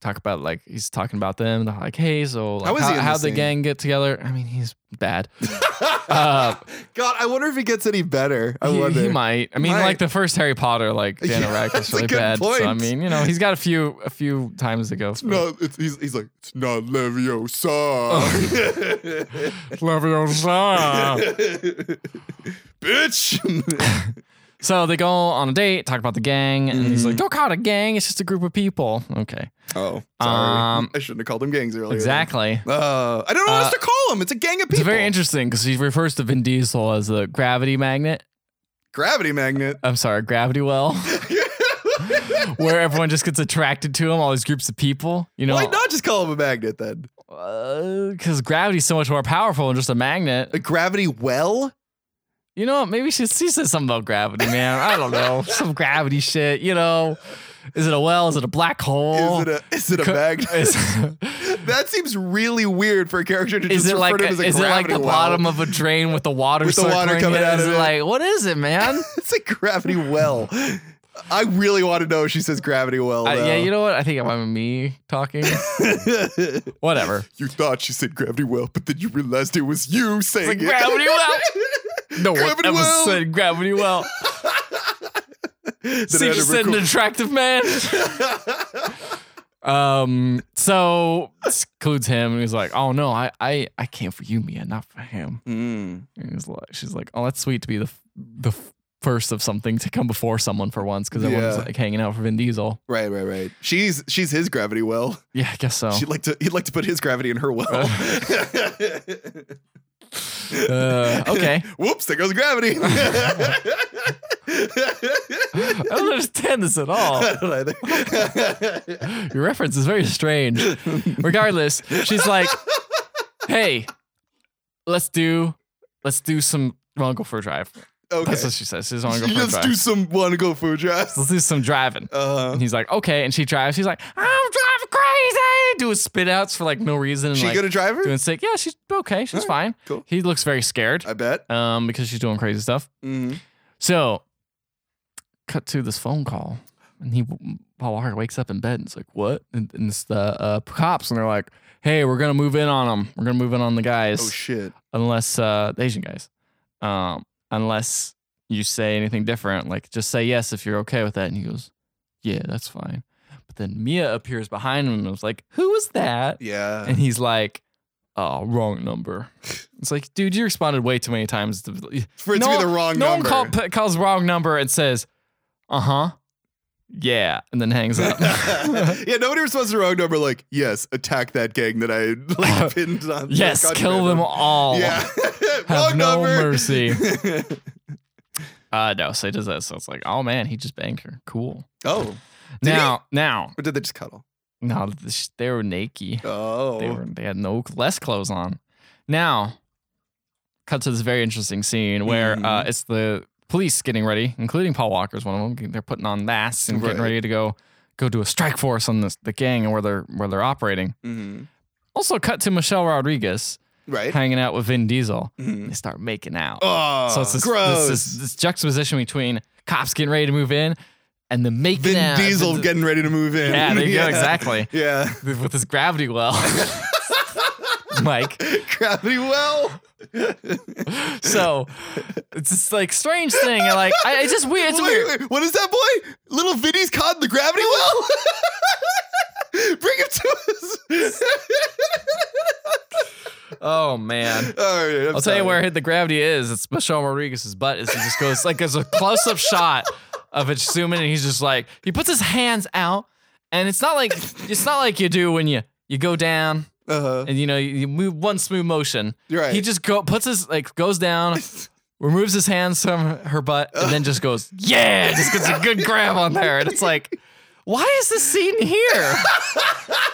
Speaker 2: talk about like he's talking about them. They're like, hey, so like,
Speaker 1: How is he in
Speaker 2: how
Speaker 1: this
Speaker 2: would the
Speaker 1: scene?
Speaker 2: gang get together? I mean, he's bad. uh,
Speaker 1: God, I wonder if he gets any better. I
Speaker 2: he,
Speaker 1: wonder.
Speaker 2: he might. I mean,
Speaker 1: Might.
Speaker 2: like the first Harry Potter, like Daniel
Speaker 1: Yeah,
Speaker 2: Radcliffe's
Speaker 1: that's a
Speaker 2: really
Speaker 1: good
Speaker 2: bad. So I
Speaker 1: point.
Speaker 2: mean, you know, he's got a few a few times to go. For
Speaker 1: No, it's, he's, he's like, it's not
Speaker 2: Oh.
Speaker 1: Leviosa.
Speaker 2: Leviosa.
Speaker 1: Bitch.
Speaker 2: so they go on a date, talk about the gang, and he's
Speaker 1: Mm-hmm.
Speaker 2: like, "Don't call it a gang. It's just a group of people." Okay,
Speaker 1: oh, sorry.
Speaker 2: Um,
Speaker 1: I shouldn't have called them gangs earlier.
Speaker 2: exactly.
Speaker 1: Uh, I don't know what else to call them. It's a gang of people.
Speaker 2: It's very interesting because he refers to Vin Diesel as the gravity magnet.
Speaker 1: Gravity magnet.
Speaker 2: I'm sorry, gravity well, where everyone just gets attracted to him. All these groups of people, you know,
Speaker 1: Why not just call him a magnet then?
Speaker 2: because gravity's so much more powerful than just a magnet.
Speaker 1: A gravity well?
Speaker 2: You know, what? maybe she, she said something about gravity, man. I don't know. Some gravity shit, you know. Is it a well? Is it a black
Speaker 1: Is
Speaker 2: hole?
Speaker 1: it a is it a
Speaker 2: Co-
Speaker 1: magnet?
Speaker 2: Oh. Is,
Speaker 1: that seems really weird for a character to
Speaker 2: is
Speaker 1: just
Speaker 2: it
Speaker 1: refer
Speaker 2: like
Speaker 1: to him
Speaker 2: a-
Speaker 1: as a
Speaker 2: is it like
Speaker 1: gravity
Speaker 2: the
Speaker 1: well.
Speaker 2: bottom of a drain with the water
Speaker 1: With the water
Speaker 2: circling
Speaker 1: coming
Speaker 2: it?
Speaker 1: out
Speaker 2: Is
Speaker 1: of
Speaker 2: it
Speaker 1: it.
Speaker 2: like what is it, man?
Speaker 1: It's a gravity well. I really want to know if she says gravity well.
Speaker 2: I-
Speaker 1: though.
Speaker 2: yeah, you know what? I think it might be me talking. Whatever.
Speaker 1: You thought she said gravity well, but then you realized it was you saying
Speaker 2: like
Speaker 1: it.
Speaker 2: gravity well. No one
Speaker 1: Gravity
Speaker 2: ever
Speaker 1: well.
Speaker 2: said gravity well.
Speaker 1: Then I
Speaker 2: See,
Speaker 1: had
Speaker 2: you
Speaker 1: to
Speaker 2: said an
Speaker 1: record-
Speaker 2: attractive man. um. So this includes him, and he's like, "Oh no, I, I, I came for you, Mia, not for him."
Speaker 1: Mm.
Speaker 2: And he's like, "She's like, oh, that's sweet to be the f- the f- first of something to come before someone for once, because everyone's
Speaker 1: Yeah.
Speaker 2: like hanging out for Vin Diesel."
Speaker 1: Right, right, right. She's she's his gravity well.
Speaker 2: Yeah, I guess so.
Speaker 1: She'd like to he'd like to put his gravity in her well.
Speaker 2: Uh, okay,
Speaker 1: Whoops, there goes gravity.
Speaker 2: I don't understand this at all.
Speaker 1: I don't either.
Speaker 2: Your reference is very strange. Regardless, she's like, "Hey, let's do, let's do some." Well, go for a drive.
Speaker 1: okay.
Speaker 2: That's what she says. She doesn't want to go for a
Speaker 1: Let's
Speaker 2: drive.
Speaker 1: do some wanna go food drives.
Speaker 2: Let's do some driving.
Speaker 1: Uh,
Speaker 2: And he's like, okay. And she drives. She's like, I'm driving crazy. Doing spit outs for like no reason. And
Speaker 1: she
Speaker 2: like,
Speaker 1: gonna drive her?
Speaker 2: doing sick. Yeah, she's okay. She's
Speaker 1: Alright,
Speaker 2: fine.
Speaker 1: cool.
Speaker 2: He looks very scared
Speaker 1: I bet.
Speaker 2: um, because she's doing crazy stuff.
Speaker 1: Mhm.
Speaker 2: So, cut to this phone call. And he, Paul Walker wakes up in bed and it's like, what? And, and it's the uh, cops. And they're like, hey, we're going to move in on them. We're going to move in on the guys.
Speaker 1: Oh shit.
Speaker 2: unless uh, the Asian guys, um, unless you say anything different, like just say yes if you're okay with that. And he goes, yeah, that's fine. But then Mia appears behind him and was like, who was that?
Speaker 1: Yeah.
Speaker 2: And he's like, oh, wrong number. It's like, dude, you responded way too many times. To,
Speaker 1: For it to be the wrong number.
Speaker 2: no one call, p- calls wrong number and says, uh huh, yeah, and then hangs up.
Speaker 1: yeah, nobody responds to the wrong number. Like, yes, attack that gang that I like pinned on.
Speaker 2: Oh, yes, kill them all.
Speaker 1: Yeah,
Speaker 2: Have
Speaker 1: wrong
Speaker 2: no
Speaker 1: number.
Speaker 2: mercy. Uh, no, so he does that. So it's like, oh man, he just banged her. Cool.
Speaker 1: oh, Did he?
Speaker 2: now, now,
Speaker 1: or did they just cuddle?
Speaker 2: no, this- they were naked.
Speaker 1: Oh,
Speaker 2: They were, they had no less clothes on. Now, cut to this very interesting scene where
Speaker 1: Mm-hmm.
Speaker 2: uh, it's the police getting ready, including Paul Walker's one of them. They're putting on masks and getting
Speaker 1: Right.
Speaker 2: ready to go go do a strike force on this, the gang and where they're where they're operating.
Speaker 1: Mhm.
Speaker 2: Also, cut to Michelle Rodriguez
Speaker 1: right.
Speaker 2: hanging out with Vin Diesel.
Speaker 1: Mhm.
Speaker 2: They start making out.
Speaker 1: Oh,
Speaker 2: So it's this,
Speaker 1: gross.
Speaker 2: this, this, this juxtaposition between cops getting ready to move in and the making
Speaker 1: Vin
Speaker 2: out.
Speaker 1: Diesel getting ready to move in.
Speaker 2: Yeah, there you go, exactly.
Speaker 1: Yeah,
Speaker 2: with this gravity well. Mike.
Speaker 1: gravity well.
Speaker 2: So it's this like strange thing. And like I it's just weird. It's
Speaker 1: Wait,
Speaker 2: weird.
Speaker 1: wait, what is that boy? Little Vinny's caught in the gravity well. Bring him to us.
Speaker 2: Oh
Speaker 1: All
Speaker 2: man.
Speaker 1: right, I'm
Speaker 2: I'll tell
Speaker 1: sorry.
Speaker 2: you where the gravity is. It's Michelle Rodriguez's butt. Is he just goes like there's a close up shot of it zooming, and he's just like he puts his hands out, and it's not like it's not like you do when you you go down
Speaker 1: Uh-huh.
Speaker 2: and you know you you move one smooth motion.
Speaker 1: You're right.
Speaker 2: He just go puts his like goes down, removes his hands from her butt, and then just goes yeah, just gets a good grab on there, and it's like. Why is this scene here?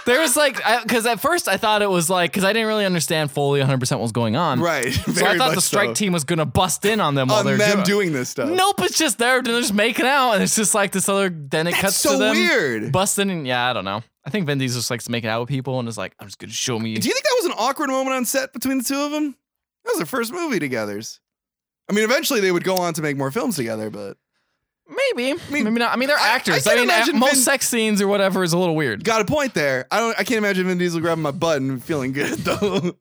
Speaker 2: there was like, because at first I thought it was like, because I didn't really understand fully 100% what was going on.
Speaker 1: Right.
Speaker 2: Um, So I thought the strike team was gonna bust in on them while
Speaker 1: on
Speaker 2: they're
Speaker 1: them
Speaker 2: doing.
Speaker 1: doing this stuff.
Speaker 2: Nope, it's just there. They're just making out, and it's just like this other. Then it cuts
Speaker 1: so
Speaker 2: to them
Speaker 1: weird.
Speaker 2: busting. And yeah, I don't know. I think Vin Diesel just likes making out with people, and is like, I'm just gonna show me.
Speaker 1: Do you think that was an awkward moment on set between the two of them? That was their first movie together. I mean, eventually they would go on to make more films together, but
Speaker 2: Maybe, maybe not. I mean, they're actors.
Speaker 1: I
Speaker 2: I,
Speaker 1: can
Speaker 2: mean, at
Speaker 1: imagine
Speaker 2: most
Speaker 1: Vin-
Speaker 2: sex scenes or whatever is a little weird.
Speaker 1: Got a point there. I don't. I can't imagine Vin Diesel grabbing my butt and feeling good though.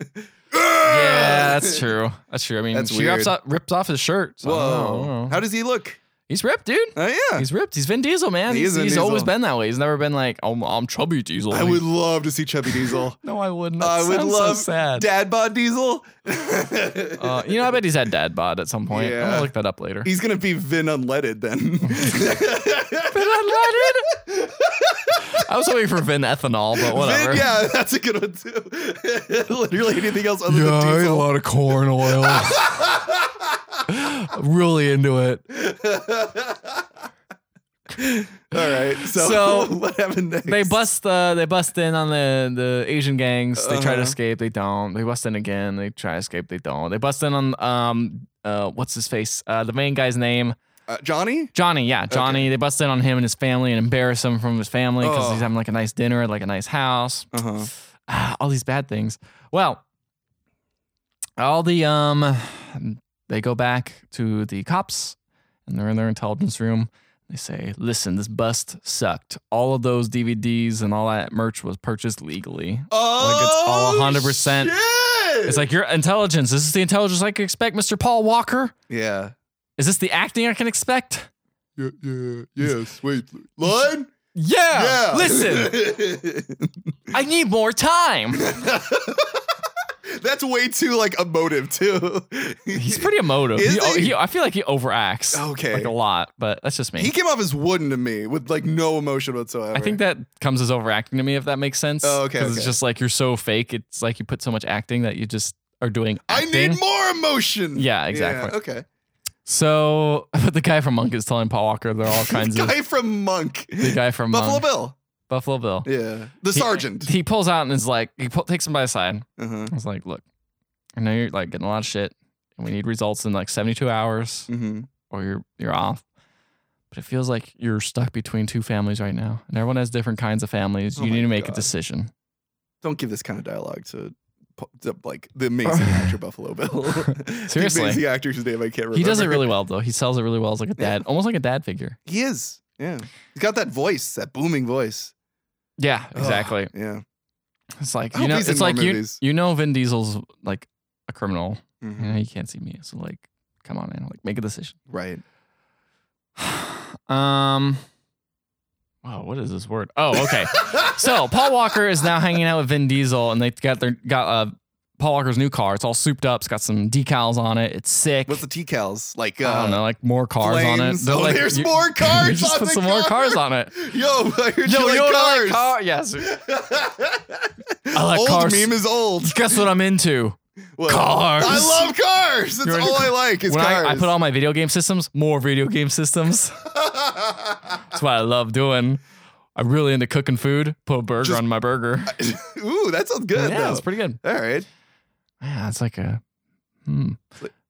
Speaker 2: Yeah, that's true. That's true. I mean,
Speaker 1: That's
Speaker 2: she rips
Speaker 1: weird.
Speaker 2: off, rips off his shirt. so I don't know, I don't
Speaker 1: Whoa!
Speaker 2: know.
Speaker 1: How does he look?
Speaker 2: He's ripped, dude.
Speaker 1: Oh yeah.
Speaker 2: He's ripped. He's Vin Diesel, man.
Speaker 1: He
Speaker 2: he's
Speaker 1: is Vin
Speaker 2: he's always
Speaker 1: Diesel.
Speaker 2: been that way. He's never been like, oh, I'm chubby Diesel.
Speaker 1: I would love to see Chubby Diesel.
Speaker 2: No, I wouldn't. That
Speaker 1: I would
Speaker 2: sounds
Speaker 1: love
Speaker 2: so sad.
Speaker 1: Dad bod Diesel.
Speaker 2: Uh, you know, I bet he's had dad bod at some point. I'm
Speaker 1: Yeah.
Speaker 2: gonna look that up later.
Speaker 1: He's gonna be Vin unleaded then.
Speaker 2: I was hoping for Vin ethanol, but whatever.
Speaker 1: Vin, yeah, that's a good one too. Literally anything else other
Speaker 2: Yeah, I
Speaker 1: than
Speaker 2: ate a
Speaker 1: Diesel.
Speaker 2: lot of corn oil. really into it.
Speaker 1: All right. So,
Speaker 2: So,
Speaker 1: what happened next?
Speaker 2: They bust uh, they bust in on the, the Asian gangs. They try
Speaker 1: Uh-huh.
Speaker 2: to escape, they don't. They bust in again, they try to escape, they don't. They bust in on um uh what's his face? Uh the main guy's name.
Speaker 1: Uh, Johnny.
Speaker 2: Johnny, yeah, Johnny. They bust in on him and his family and embarrass him from his family because
Speaker 1: Oh.
Speaker 2: he's having like a nice dinner at like a nice house.
Speaker 1: Uh huh.
Speaker 2: Ah, all these bad things. Well, all the um, they go back to the cops, and they're in their intelligence room. They say, "Listen, this bust sucked. All of those DVDs and all that merch was purchased legally. Like, it's
Speaker 1: Oh,
Speaker 2: all 100%. It's like your intelligence. Is this the intelligence I can expect, Mister Paul Walker?
Speaker 1: yeah.
Speaker 2: Is this the acting I can expect?
Speaker 1: Yeah, yeah, yes. Wait, line?
Speaker 2: Yeah.
Speaker 1: Yeah.
Speaker 2: Listen, I need more time.
Speaker 1: That's way too like emotive too.
Speaker 2: He's pretty emotive.
Speaker 1: Is
Speaker 2: He-
Speaker 1: he?
Speaker 2: he- I feel like he overacts.
Speaker 1: Okay.
Speaker 2: Like a lot, but that's just me.
Speaker 1: He came off as wooden to me with like no emotion whatsoever.
Speaker 2: I think that comes as overacting to me, if that makes sense.
Speaker 1: Oh, okay,
Speaker 2: it's
Speaker 1: okay.
Speaker 2: just like you're so fake. It's like you put so much acting that you just are doing
Speaker 1: I
Speaker 2: acting.
Speaker 1: need more emotion.
Speaker 2: Yeah, exactly.
Speaker 1: okay.
Speaker 2: So, but the guy from Monk is telling Paul Walker they're all kinds of.
Speaker 1: Guy from Monk.
Speaker 2: The guy from
Speaker 1: Buffalo
Speaker 2: Monk,
Speaker 1: Bill.
Speaker 2: Buffalo Bill.
Speaker 1: Yeah. The
Speaker 2: He-
Speaker 1: sergeant.
Speaker 2: He pulls out and is like, he pull, takes him by the side.
Speaker 1: uh-huh.
Speaker 2: I was like, look, I know you're like getting a lot of shit, and we need results in like 72 hours,
Speaker 1: Mm-hmm.
Speaker 2: or you're you're off. But it feels like you're stuck between two families right now, and everyone has different kinds of families.
Speaker 1: Oh
Speaker 2: you
Speaker 1: my
Speaker 2: need to make
Speaker 1: God.
Speaker 2: a decision.
Speaker 1: Don't give this kind of dialogue to, to like the amazing actor Buffalo Bill. the
Speaker 2: Seriously.
Speaker 1: amazing actor's name I can't remember.
Speaker 2: He does it really well though. He sells it really well as like a dad, almost like a dad figure.
Speaker 1: He is. Yeah. He's got that voice, that booming voice.
Speaker 2: Yeah, exactly.
Speaker 1: Ugh, yeah.
Speaker 2: It's like
Speaker 1: I
Speaker 2: you
Speaker 1: hope
Speaker 2: know,
Speaker 1: he's in
Speaker 2: it's like
Speaker 1: more
Speaker 2: you,
Speaker 1: movies.
Speaker 2: you know, Vin Diesel's like a criminal.
Speaker 1: Mhm.
Speaker 2: You know, you can't see me, so like, come on, man, like make a decision.
Speaker 1: Right.
Speaker 2: Um, wow, what is this word? Oh, okay. so Paul Walker is now hanging out with Vin Diesel, and they got their got uh Paul Walker's new car. It's all souped up. It's got some decals on it. It's sick.
Speaker 1: What's the decals? Like uh,
Speaker 2: I don't know, like more cars on it.
Speaker 1: flames?
Speaker 2: They're
Speaker 1: Oh,
Speaker 2: like-
Speaker 1: there's
Speaker 2: you-
Speaker 1: more
Speaker 2: you
Speaker 1: cars
Speaker 2: just
Speaker 1: on
Speaker 2: put
Speaker 1: the
Speaker 2: some more
Speaker 1: car.
Speaker 2: cars on it.
Speaker 1: Yo, I heard
Speaker 2: Yo,
Speaker 1: you like
Speaker 2: you don't
Speaker 1: cars.
Speaker 2: like car? Yes. I like
Speaker 1: old
Speaker 2: cars.
Speaker 1: meme is old.
Speaker 2: Guess what I'm into?
Speaker 1: What?
Speaker 2: Cars.
Speaker 1: I love cars. That's
Speaker 2: You're into
Speaker 1: all I
Speaker 2: ca-
Speaker 1: like is
Speaker 2: when
Speaker 1: cars.
Speaker 2: I, I put all my video game systems, more video game systems. That's what I love doing. I'm really into cooking food. Put a burger
Speaker 1: Just-
Speaker 2: on my burger.
Speaker 1: Ooh, that sounds good.
Speaker 2: yeah,
Speaker 1: though.
Speaker 2: it's pretty good.
Speaker 1: All right.
Speaker 2: Yeah, it's like a, hmm.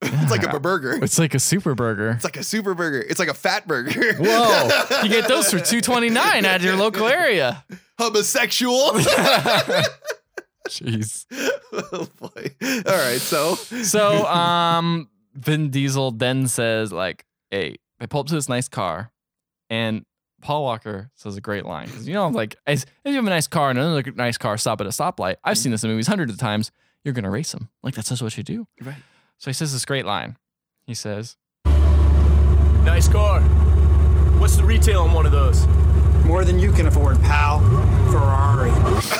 Speaker 1: It's like a burger.
Speaker 2: it's like a super burger.
Speaker 1: It's like a super burger. It's like a fat burger.
Speaker 2: Whoa, you get those for two twenty nine at your local area.
Speaker 1: Homosexual.
Speaker 2: Jeez.
Speaker 1: oh boy. All right. So
Speaker 2: So, um, Vin Diesel then says like, "Hey, they pull up to this nice car," and Paul Walker says a great line because you know, like, as, if you have a nice car and another nice car stop at a stoplight, I've seen this in movies hundreds of times. You're gonna race them. Like that's just what you do.
Speaker 1: Right.
Speaker 2: So he says this great line. He says,
Speaker 5: Nice car. What's the retail on one of those?
Speaker 4: More than you can afford, pal. Ferrari.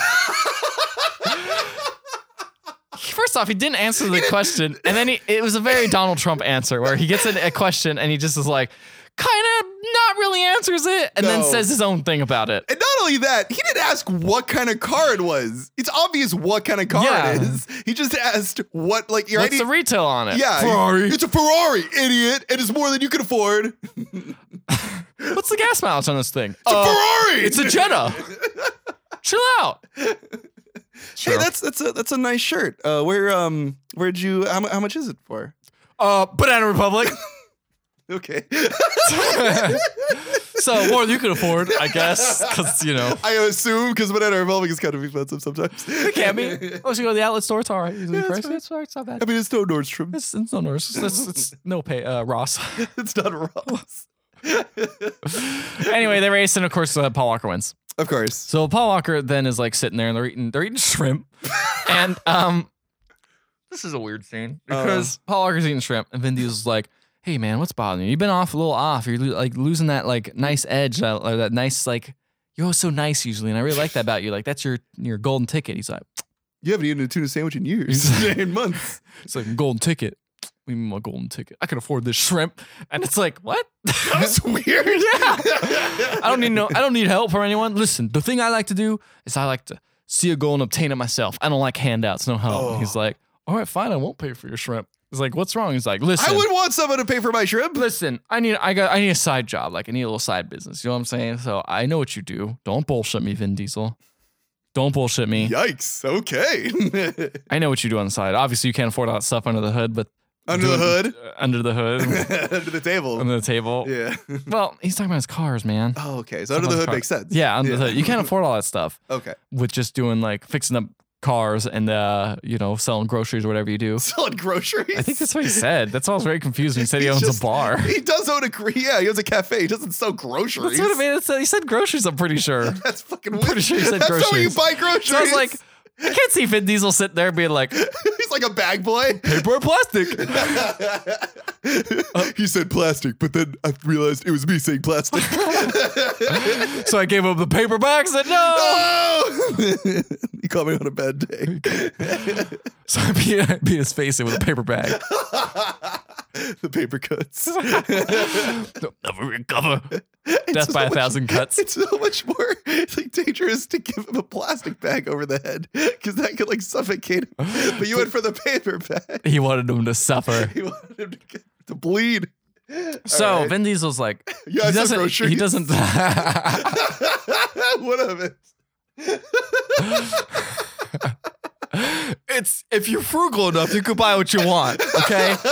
Speaker 2: First off, he didn't answer the question, and then he, it was a very Donald Trump answer where he gets a, a question and he just is like, kind of not really answers it, and then
Speaker 1: No.
Speaker 2: says his own thing about it.
Speaker 1: And not only that, he didn't ask what kind of car it was. It's obvious what kind of car it
Speaker 2: Yeah.
Speaker 1: is. He just asked what, like, your
Speaker 2: What's
Speaker 1: ID.
Speaker 2: the retail on it?
Speaker 1: yeah, Ferrari. It's a Ferrari, idiot, and it's more than you can afford. It's
Speaker 2: What's the gas mileage on this thing?
Speaker 1: a
Speaker 2: Uh,
Speaker 1: Ferrari.
Speaker 2: It's a Jetta. Chill out.
Speaker 1: Hey, that's that's a that's a nice shirt. Uh, where um, where'd you? How, mu- how much is it for?
Speaker 2: Uh, Banana Republic.
Speaker 1: Okay,
Speaker 2: so more than you can afford, I guess, because you know.
Speaker 1: I assume because banana republic is kind of expensive sometimes.
Speaker 2: It can be. Oh, so you go to the outlet store. It's all right. Usually
Speaker 1: it's
Speaker 2: priced.
Speaker 1: fine.
Speaker 2: It's all right. It's not bad.
Speaker 1: I mean, it's no Nordstrom.
Speaker 2: It's, it's no Norse. It's, it's no pay. Uh, Ross.
Speaker 1: It's not Ross.
Speaker 2: anyway, they race, and of course, uh, Paul Walker wins.
Speaker 1: Of course.
Speaker 2: So Paul Walker then is like sitting there, and they're eating they're eating shrimp, and um, this is a weird scene because Paul Walker's eating shrimp, and Vin Diesel's like, "Hey man, what's bothering you? You've been off a little off. You're lo- like losing that like nice edge, that, or that nice like." You're always so nice usually, and I really like that about you. Like that's your your golden ticket. He's like,
Speaker 1: You haven't eaten a tuna sandwich in years, in months.
Speaker 2: It's like golden ticket. We mean my golden ticket. I can afford this shrimp. And it's like, what? That was weird. yeah. I don't need no I don't need help from anyone. Listen, the thing I like to do is I like to see a goal and obtain it myself. I don't like handouts, no help.
Speaker 1: Oh.
Speaker 2: And He's like, all right, fine, I won't pay for your shrimp. He's like, what's wrong? He's like, listen.
Speaker 1: I would want someone to pay for my shrimp.
Speaker 2: Listen, I need I got I need a side job, like I need a little side business. You know what I'm saying? So I know what you do. Don't bullshit me, Vin Diesel. Don't bullshit me.
Speaker 1: Yikes. Okay.
Speaker 2: I know what you do on the side. Obviously, you can't afford all that stuff under the hood, but
Speaker 1: Under the hood.
Speaker 2: uh, under the hood,
Speaker 1: Under the table.
Speaker 2: under the table.
Speaker 1: yeah.
Speaker 2: Well, he's talking about his cars, man.
Speaker 1: Oh, okay. So under the
Speaker 2: Someone's
Speaker 1: hood
Speaker 2: car.
Speaker 1: makes sense.
Speaker 2: Yeah, under the hood. You can't afford all that stuff
Speaker 1: Okay.
Speaker 2: with just doing like fixing up cars and uh, you know, selling groceries or whatever you do.
Speaker 1: Selling groceries.
Speaker 2: I think that's what he said. That's why I was very confused when he said he
Speaker 1: He's
Speaker 2: owns
Speaker 1: just-
Speaker 2: a bar.
Speaker 1: He does own a gr- yeah. He owns a cafe. He doesn't sell groceries.
Speaker 2: That's what I mean. It's- uh, He said groceries. I'm pretty sure.
Speaker 1: That's fucking weird.
Speaker 2: Pretty sure he said
Speaker 1: That's not where you
Speaker 2: groceries.
Speaker 1: buy groceries.
Speaker 2: So I was like, I can't see Vin Diesel sitting there being like
Speaker 1: he's like a bag boy.
Speaker 2: paper or plastic.
Speaker 1: he said plastic, but then I realized it was me saying plastic.
Speaker 2: so I gave him the paper bag. Said no.
Speaker 1: oh! he caught me on a bad day.
Speaker 2: So I beat, I beat his face in with a paper bag.
Speaker 1: the paper cuts.
Speaker 2: They'll never recover. Death by a thousand cuts.
Speaker 1: It's so much more it's like dangerous to give him a plastic bag over the head because that could like suffocate him. But you went for the paper bag.
Speaker 2: He wanted him to suffer.
Speaker 1: He wanted him to, get, to bleed.
Speaker 2: So
Speaker 1: right.
Speaker 2: Vin Diesel's like,
Speaker 1: Yeah, I
Speaker 2: he
Speaker 1: said
Speaker 2: doesn't. He
Speaker 1: groceries.
Speaker 2: doesn't.
Speaker 1: what of it?
Speaker 2: it's if you're frugal enough, you could buy what you want. Okay.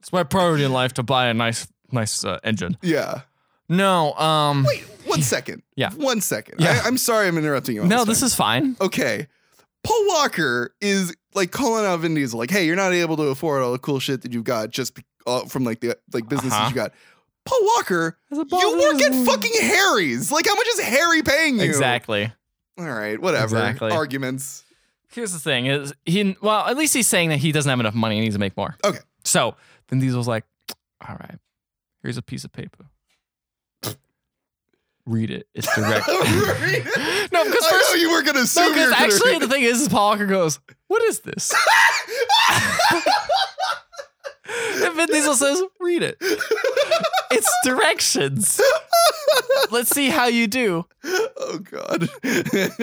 Speaker 2: it's my priority in life to buy a nice, nice uh, engine.
Speaker 1: Yeah.
Speaker 2: No. Um.
Speaker 1: Wait, one second.
Speaker 2: Yeah.
Speaker 1: One second.
Speaker 2: Yeah.
Speaker 1: I, I'm sorry I'm interrupting you. on
Speaker 2: no,
Speaker 1: one.
Speaker 2: this is fine.
Speaker 1: okay, Paul Walker is like calling out Vin Diesel, like, "Hey, you're not able to afford all the cool shit that you've got just be- uh, from like the like businesses
Speaker 2: Uh-huh.
Speaker 1: you got." Paul Walker,
Speaker 2: As a
Speaker 1: you work at
Speaker 2: boss.
Speaker 1: fucking Harry's. Like, how much is Harry paying you?
Speaker 2: Exactly.
Speaker 1: All right, whatever.
Speaker 2: Exactly.
Speaker 1: Arguments.
Speaker 2: Here's the thing: is he? Well, at least he's saying that he doesn't have enough money. He needs to make more.
Speaker 1: Okay.
Speaker 2: So Vin Diesel's like, all right, here's a piece of paper. Read it. It's direct.
Speaker 1: I
Speaker 2: no, because first
Speaker 1: know you were gonna
Speaker 2: No,
Speaker 1: assume. you were
Speaker 2: because
Speaker 1: gonna
Speaker 2: actually
Speaker 1: read
Speaker 2: the thing is, is Paul Walker goes, "What is this?" and Vin Diesel says, "Read it. It's directions. Let's see how you do
Speaker 1: it. Oh God.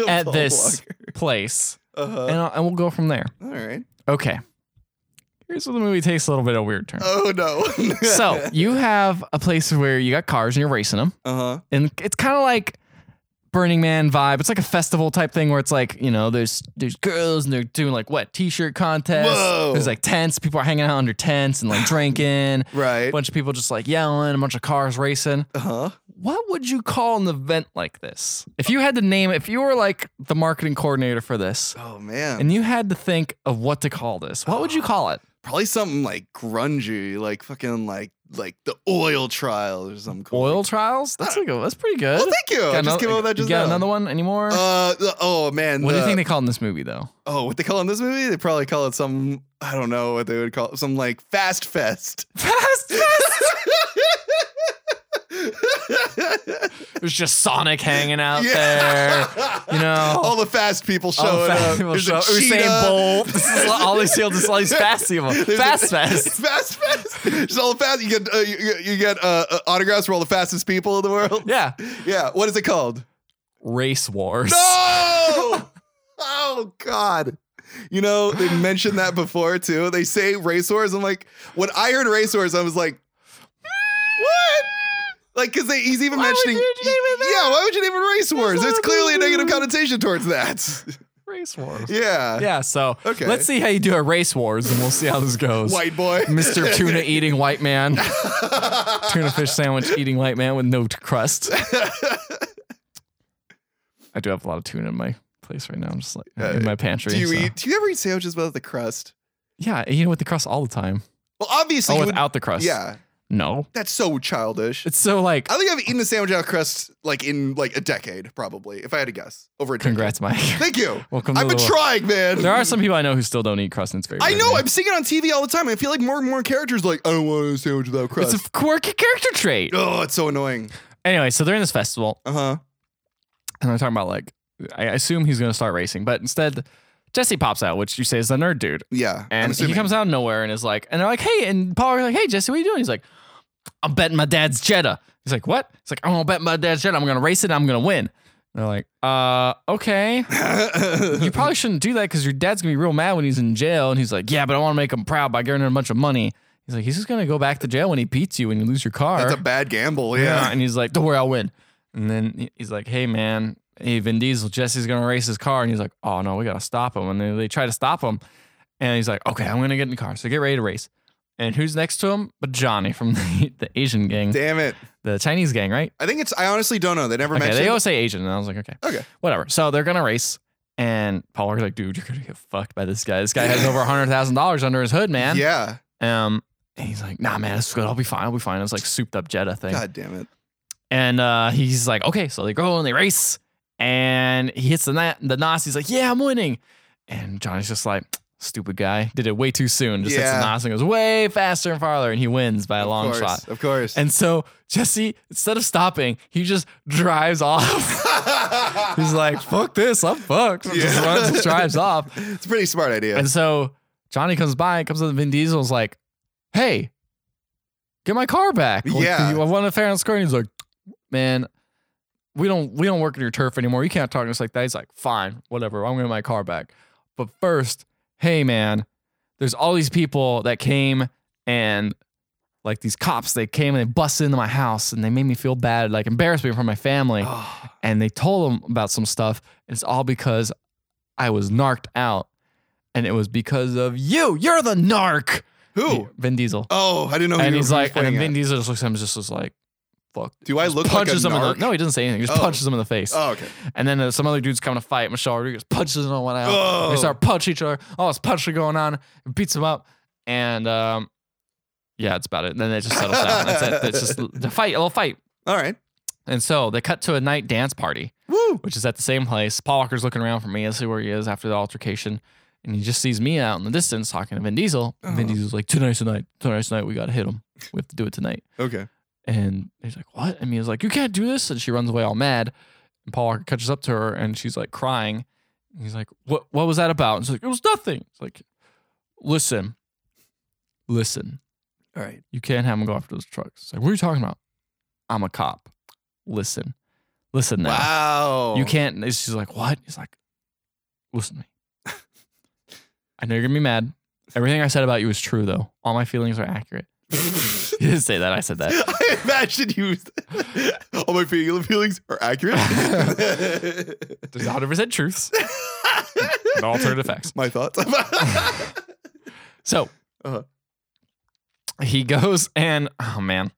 Speaker 2: at
Speaker 1: Paul
Speaker 2: this
Speaker 1: Walker.
Speaker 2: place,
Speaker 1: Uh-huh.
Speaker 2: and, I'll- and we'll go from there."
Speaker 1: All right.
Speaker 2: Okay. Here's where the movie takes a little bit of a weird turn.
Speaker 1: Oh no.
Speaker 2: so you have a place where you got cars and you're racing them,
Speaker 1: Uh huh.
Speaker 2: and it's kind of like Burning Man vibe. It's like a festival type thing where it's like you know there's there's girls and they're doing like what t-shirt contests.
Speaker 1: Whoa.
Speaker 2: There's like tents. People are hanging out under tents and like drinking.
Speaker 1: Right.
Speaker 2: A bunch of people just like yelling. A bunch of cars racing.
Speaker 1: Uh huh.
Speaker 2: What would you call an event like this? If you had to name, if you were like the marketing coordinator for this,
Speaker 1: Oh man.
Speaker 2: and you had to think of what to call this, what would you call it?
Speaker 1: probably something like grungy, like fucking like like the oil trial or something. Cool.
Speaker 2: Oil trials? That's a good. That's pretty good.
Speaker 1: Well, thank you.
Speaker 2: Got
Speaker 1: I just
Speaker 2: another-
Speaker 1: came up with that just
Speaker 2: you got
Speaker 1: now.
Speaker 2: another one anymore?
Speaker 1: Uh, the- oh man.
Speaker 2: what do you
Speaker 1: the-
Speaker 2: think they call it in this movie though?
Speaker 1: oh, what they call it in this movie? They probably call it some. I don't know what they would call it. Some like fast fest.
Speaker 2: Fast Fest. There's just Sonic hanging out there. You know,
Speaker 1: All the fast people showing
Speaker 2: Oh. All the fast
Speaker 1: up.
Speaker 2: people
Speaker 1: There's a
Speaker 2: show- Usain
Speaker 1: cheetah.
Speaker 2: Bolt. This is all these seals. This is all these fast people.
Speaker 1: There's a-
Speaker 2: Fast Fest.
Speaker 1: fast fest. Just all the fast. You get uh, you, you- you get uh, uh, autographs for all the fastest people in the world.
Speaker 2: Yeah.
Speaker 1: Yeah. What is it called?
Speaker 2: Race Wars.
Speaker 1: No! oh God. You know, they mentioned that before too. They say racehorse. I'm like, when I heard racehorse, I was like, what? Like, cause they, he's even
Speaker 2: Why would
Speaker 1: mentioning,
Speaker 2: you name it that?
Speaker 1: yeah, why would you name it racehorse?
Speaker 2: That's
Speaker 1: There's
Speaker 2: not
Speaker 1: clearly a
Speaker 2: cool.
Speaker 1: negative connotation towards that.
Speaker 2: Race Wars.
Speaker 1: yeah.
Speaker 2: Yeah, so
Speaker 1: Okay.
Speaker 2: let's see how you do at Race Wars and we'll see how this goes.
Speaker 1: White boy.
Speaker 2: Mr. Tuna eating white man. Tuna fish sandwich eating white man with no t- crust. I do have a lot of tuna in my place right now. I'm just like in my pantry.
Speaker 1: Uh, Do you
Speaker 2: so-
Speaker 1: eat? Do you ever eat sandwiches without the crust?
Speaker 2: Yeah, I eat it with the crust all the time.
Speaker 1: Well, obviously,
Speaker 2: Oh,
Speaker 1: you would-
Speaker 2: without the crust.
Speaker 1: yeah. Oh.
Speaker 2: No.
Speaker 1: That's so childish.
Speaker 2: It's so like,
Speaker 1: I think I've eaten a sandwich out of crust like in like a decade, probably, if I had to guess. Over a decade.
Speaker 2: congrats, Mike.
Speaker 1: Thank you.
Speaker 2: Welcome to
Speaker 1: I've been
Speaker 2: the-
Speaker 1: trying, man.
Speaker 2: There are some people I know who still don't eat crust and it's very
Speaker 1: I
Speaker 2: rare.
Speaker 1: know. I'm seeing it on TV all the time. I feel like more and more characters like I don't want a sandwich without crust.
Speaker 2: It's a quirky character trait.
Speaker 1: oh, it's so annoying.
Speaker 2: Anyway, so they're in this festival,
Speaker 1: Uh huh.
Speaker 2: and they're talking about like, I assume he's going to start racing, but instead, Jesse pops out, which you say is the nerd dude,
Speaker 1: Yeah.
Speaker 2: and he
Speaker 1: assuming.
Speaker 2: comes out of nowhere and is like, and they're like, hey, and Paul's like, hey, Jesse, what are you doing? He's like, I'm betting my dad's Jetta. He's like, what? He's like, I'm gonna bet my dad's Jetta. I'm gonna race it. and I'm gonna win. And they're like, uh, okay. you probably shouldn't do that because your dad's gonna be real mad when he's in jail. And he's like, yeah, but I want to make him proud by giving him a bunch of money. He's like, he's just gonna go back to jail when he beats you and you lose your car.
Speaker 1: That's a bad gamble.
Speaker 2: Yeah.
Speaker 1: Yeah.
Speaker 2: And he's like, don't worry, I'll win. And then he- he's like, hey, man, hey, Vin Diesel, Jesse's going to race his car. And he's like, oh, no, we got to stop him. And they, they try to stop him. And he's like, okay, I'm going to get in the car. So get ready to race. And who's next to him? But Johnny from the, the Asian gang,
Speaker 1: Damn it.
Speaker 2: the Chinese gang, right?
Speaker 1: I think it's. I honestly don't know. They never
Speaker 2: Okay,
Speaker 1: mentioned.
Speaker 2: they always say Asian. And I was like, okay,
Speaker 1: Okay.
Speaker 2: whatever. So they're going to race. And Paul Walker's like, dude, you're going to get fucked by this guy. This guy has over $100,000 under his hood, man.
Speaker 1: yeah.
Speaker 2: Um, and he's like, nah, man, it's good. I'll be fine. I'll be fine. It's like souped up Jetta thing.
Speaker 1: God damn it.
Speaker 2: And uh, he's like, okay, so they go and they race, and he hits the na- the nos. He's like, yeah, I'm winning. And Johnny's just like, stupid guy, did it way too soon. Just hits the
Speaker 1: Yeah.
Speaker 2: nos and goes way faster and farther, and he wins by a long
Speaker 1: of course,
Speaker 2: shot.
Speaker 1: Of course.
Speaker 2: And so Jesse, instead of stopping, he just drives off. he's like, fuck this, I'm fucked. and Just
Speaker 1: Yeah.
Speaker 2: runs and drives off.
Speaker 1: it's a pretty smart idea.
Speaker 2: And so Johnny comes by, comes up to Vin Diesel's like, hey, get my car back. Like,
Speaker 1: Yeah.
Speaker 2: I won a fair and square. And he's like, man, we don't we don't work in your turf anymore. You can't talk to us like that. He's like, fine, whatever. I'm gonna get my car back. But first, hey man, there's all these people that came and like these cops, they came and they busted into my house and they made me feel bad, like embarrassed me in front of my family. and they told them about some stuff. And it's all because I was narked out. And it was because of you. You're the narc.
Speaker 1: Who?
Speaker 2: Vin Diesel.
Speaker 1: Oh, I didn't know. who
Speaker 2: and
Speaker 1: you-
Speaker 2: he's
Speaker 1: who you were
Speaker 2: like, and then
Speaker 1: pointing
Speaker 2: Vin
Speaker 1: at.
Speaker 2: Diesel just looks at him and just was like, fuck.
Speaker 1: Do I
Speaker 2: Just
Speaker 1: look like a
Speaker 2: punches him in
Speaker 1: narc?
Speaker 2: the No, he doesn't say anything. He just
Speaker 1: Oh.
Speaker 2: punches him in the face.
Speaker 1: Oh, okay.
Speaker 2: And then uh, some other dude's coming to fight. Michelle Rodriguez punches another one out.
Speaker 1: Oh.
Speaker 2: They start punching each other. All this punching going on. It beats him up. And um, yeah, that's about it. And then it just settles down. That's it. It's just the fight, a little fight.
Speaker 1: All right.
Speaker 2: And so they cut to a night dance party, which is at the same place. Paul Walker's looking around for me to see where he is after the altercation. And he just sees me out in the distance talking to Vin Diesel. And
Speaker 1: Oh.
Speaker 2: Vin Diesel's like, tonight's tonight. Tonight's tonight. We got to hit him. We have to do it tonight.
Speaker 1: Okay.
Speaker 2: And he's like, what? And Mia's like, you can't do this. And she runs away all mad. And Paul Walker catches up to her and she's like crying. And he's like, what, what was that about? And she's like, it was nothing. It's like, listen, listen.
Speaker 1: All right.
Speaker 2: You can't have him go after those trucks. It's like, what are you talking about? I'm a cop. Listen, listen now.
Speaker 1: Wow.
Speaker 2: You can't. and She's like, what? He's like, listen to me. I know you're gonna be mad. Everything I said about you is true, though. All my feelings are accurate. he didn't say that. I said that.
Speaker 1: I imagine you. All my feel- feelings are accurate.
Speaker 2: There's 100 percent truths and alternative facts.
Speaker 1: my thoughts.
Speaker 2: So
Speaker 1: Uh-huh.
Speaker 2: he goes and oh man.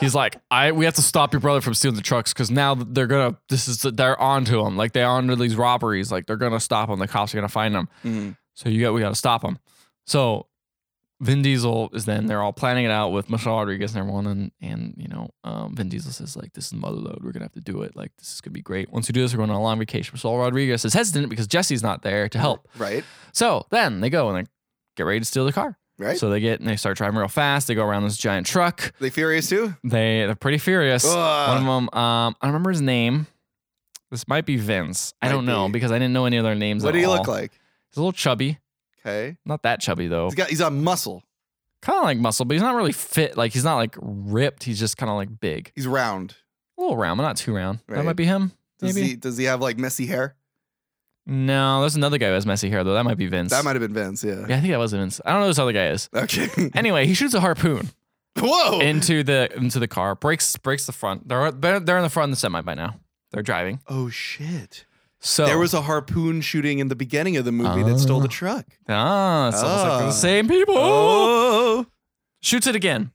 Speaker 2: He's like, I we have to stop your brother from stealing the trucks because now they're gonna this is they're onto him like they're onto these robberies like they're gonna stop him the cops are gonna find him
Speaker 1: Mhm.
Speaker 2: so you got we gotta stop him so Vin Diesel is then they're all planning it out with Michelle Rodriguez and everyone and and you know um, Vin Diesel says like this is mother load we're gonna have to do it like this is gonna be great once we do this we're going on a long vacation Michelle Rodriguez is hesitant because Jesse's not there to help
Speaker 1: right.
Speaker 2: so then they go and they get ready to steal the car.
Speaker 1: Right.
Speaker 2: So they get and they start driving real fast. They go around this giant truck.
Speaker 1: they furious too.
Speaker 2: They they're pretty furious.
Speaker 1: Ugh.
Speaker 2: One of them, um, I don't remember his name. This might be Vince. I
Speaker 1: Might
Speaker 2: don't know
Speaker 1: be.
Speaker 2: because I didn't know any other names.
Speaker 1: What
Speaker 2: at
Speaker 1: do you
Speaker 2: all.
Speaker 1: look like?
Speaker 2: He's a little chubby.
Speaker 1: Okay.
Speaker 2: Not that chubby though.
Speaker 1: He's got. He's on muscle.
Speaker 2: Kind of like muscle, but he's not really fit. Like he's not like ripped. He's just kind of like big,
Speaker 1: He's round.
Speaker 2: a little round, but not too round. That
Speaker 1: Right.
Speaker 2: might be him.
Speaker 1: Does
Speaker 2: Maybe.
Speaker 1: he? Does he have like messy hair?
Speaker 2: No, there's another guy who has messy hair though. That might be Vince.
Speaker 1: That might have been Vince. Yeah.
Speaker 2: Yeah, I think that was Vince. I don't know who this other guy is.
Speaker 1: Okay.
Speaker 2: Anyway, he shoots a harpoon.
Speaker 1: Whoa.
Speaker 2: into the into the car, breaks breaks the front. They're they're, they're in the front of the semi by now. They're driving.
Speaker 1: oh shit.
Speaker 2: So
Speaker 1: There was a harpoon shooting in the beginning of the movie that stole
Speaker 2: Oh.
Speaker 1: the truck.
Speaker 2: ah, it's almost like they're
Speaker 1: Ah.
Speaker 2: the same people.
Speaker 1: Oh.
Speaker 2: Shoots it again,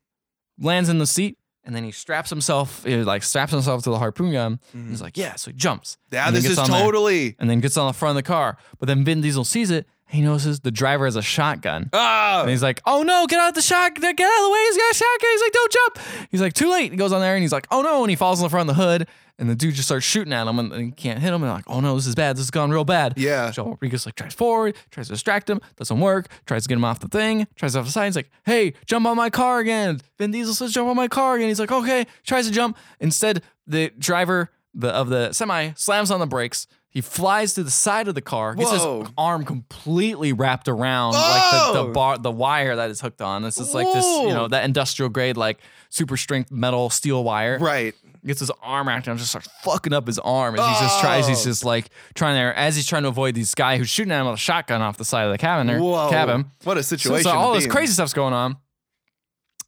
Speaker 2: lands in the seat, and then he straps himself, he like straps himself to the harpoon gun. And he's like, yeah, so he jumps.
Speaker 1: Mm-hmm. Yeah,
Speaker 2: and then
Speaker 1: this
Speaker 2: gets
Speaker 1: is
Speaker 2: on there,
Speaker 1: totally.
Speaker 2: and then gets on the front of the car. But then Vin Diesel sees it. and He notices the driver has a shotgun.
Speaker 1: Ah!
Speaker 2: And he's like, oh no, get out of the shot, get out of the way. He's got a shotgun. He's like, don't jump. He's like, too late. He goes on there and he's like, oh no. And he falls on the front of the hood. And the dude just starts shooting at him and and he can't hit him. And like, oh no, this is bad. This has gone real bad.
Speaker 1: Yeah.
Speaker 2: So Rodriguez like tries forward, tries to distract him, doesn't work, tries to get him off the thing, tries off the side. He's like, hey, jump on my car again. Vin Diesel says, jump on my car again. He's like, okay, tries to jump. Instead, the driver the, of the semi slams on the brakes. He flies to the side of the car, gets
Speaker 1: Whoa. Oh.
Speaker 2: his arm completely wrapped around like the,
Speaker 1: Whoa.
Speaker 2: the bar, the wire that is hooked on. This is like this, you
Speaker 1: Whoa.
Speaker 2: know, that industrial grade, like super strength metal steel wire.
Speaker 1: Right.
Speaker 2: Gets his arm wrapped around, just starts fucking up his arm as he just tries. He's
Speaker 1: Oh.
Speaker 2: just like trying to, as he's trying to avoid this guy who's shooting at him with a shotgun off the side of the cabin there.
Speaker 1: Whoa.
Speaker 2: Cabin.
Speaker 1: What a
Speaker 2: So,
Speaker 1: situation.
Speaker 2: so all
Speaker 1: to
Speaker 2: this
Speaker 1: be in.
Speaker 2: crazy stuff's going on.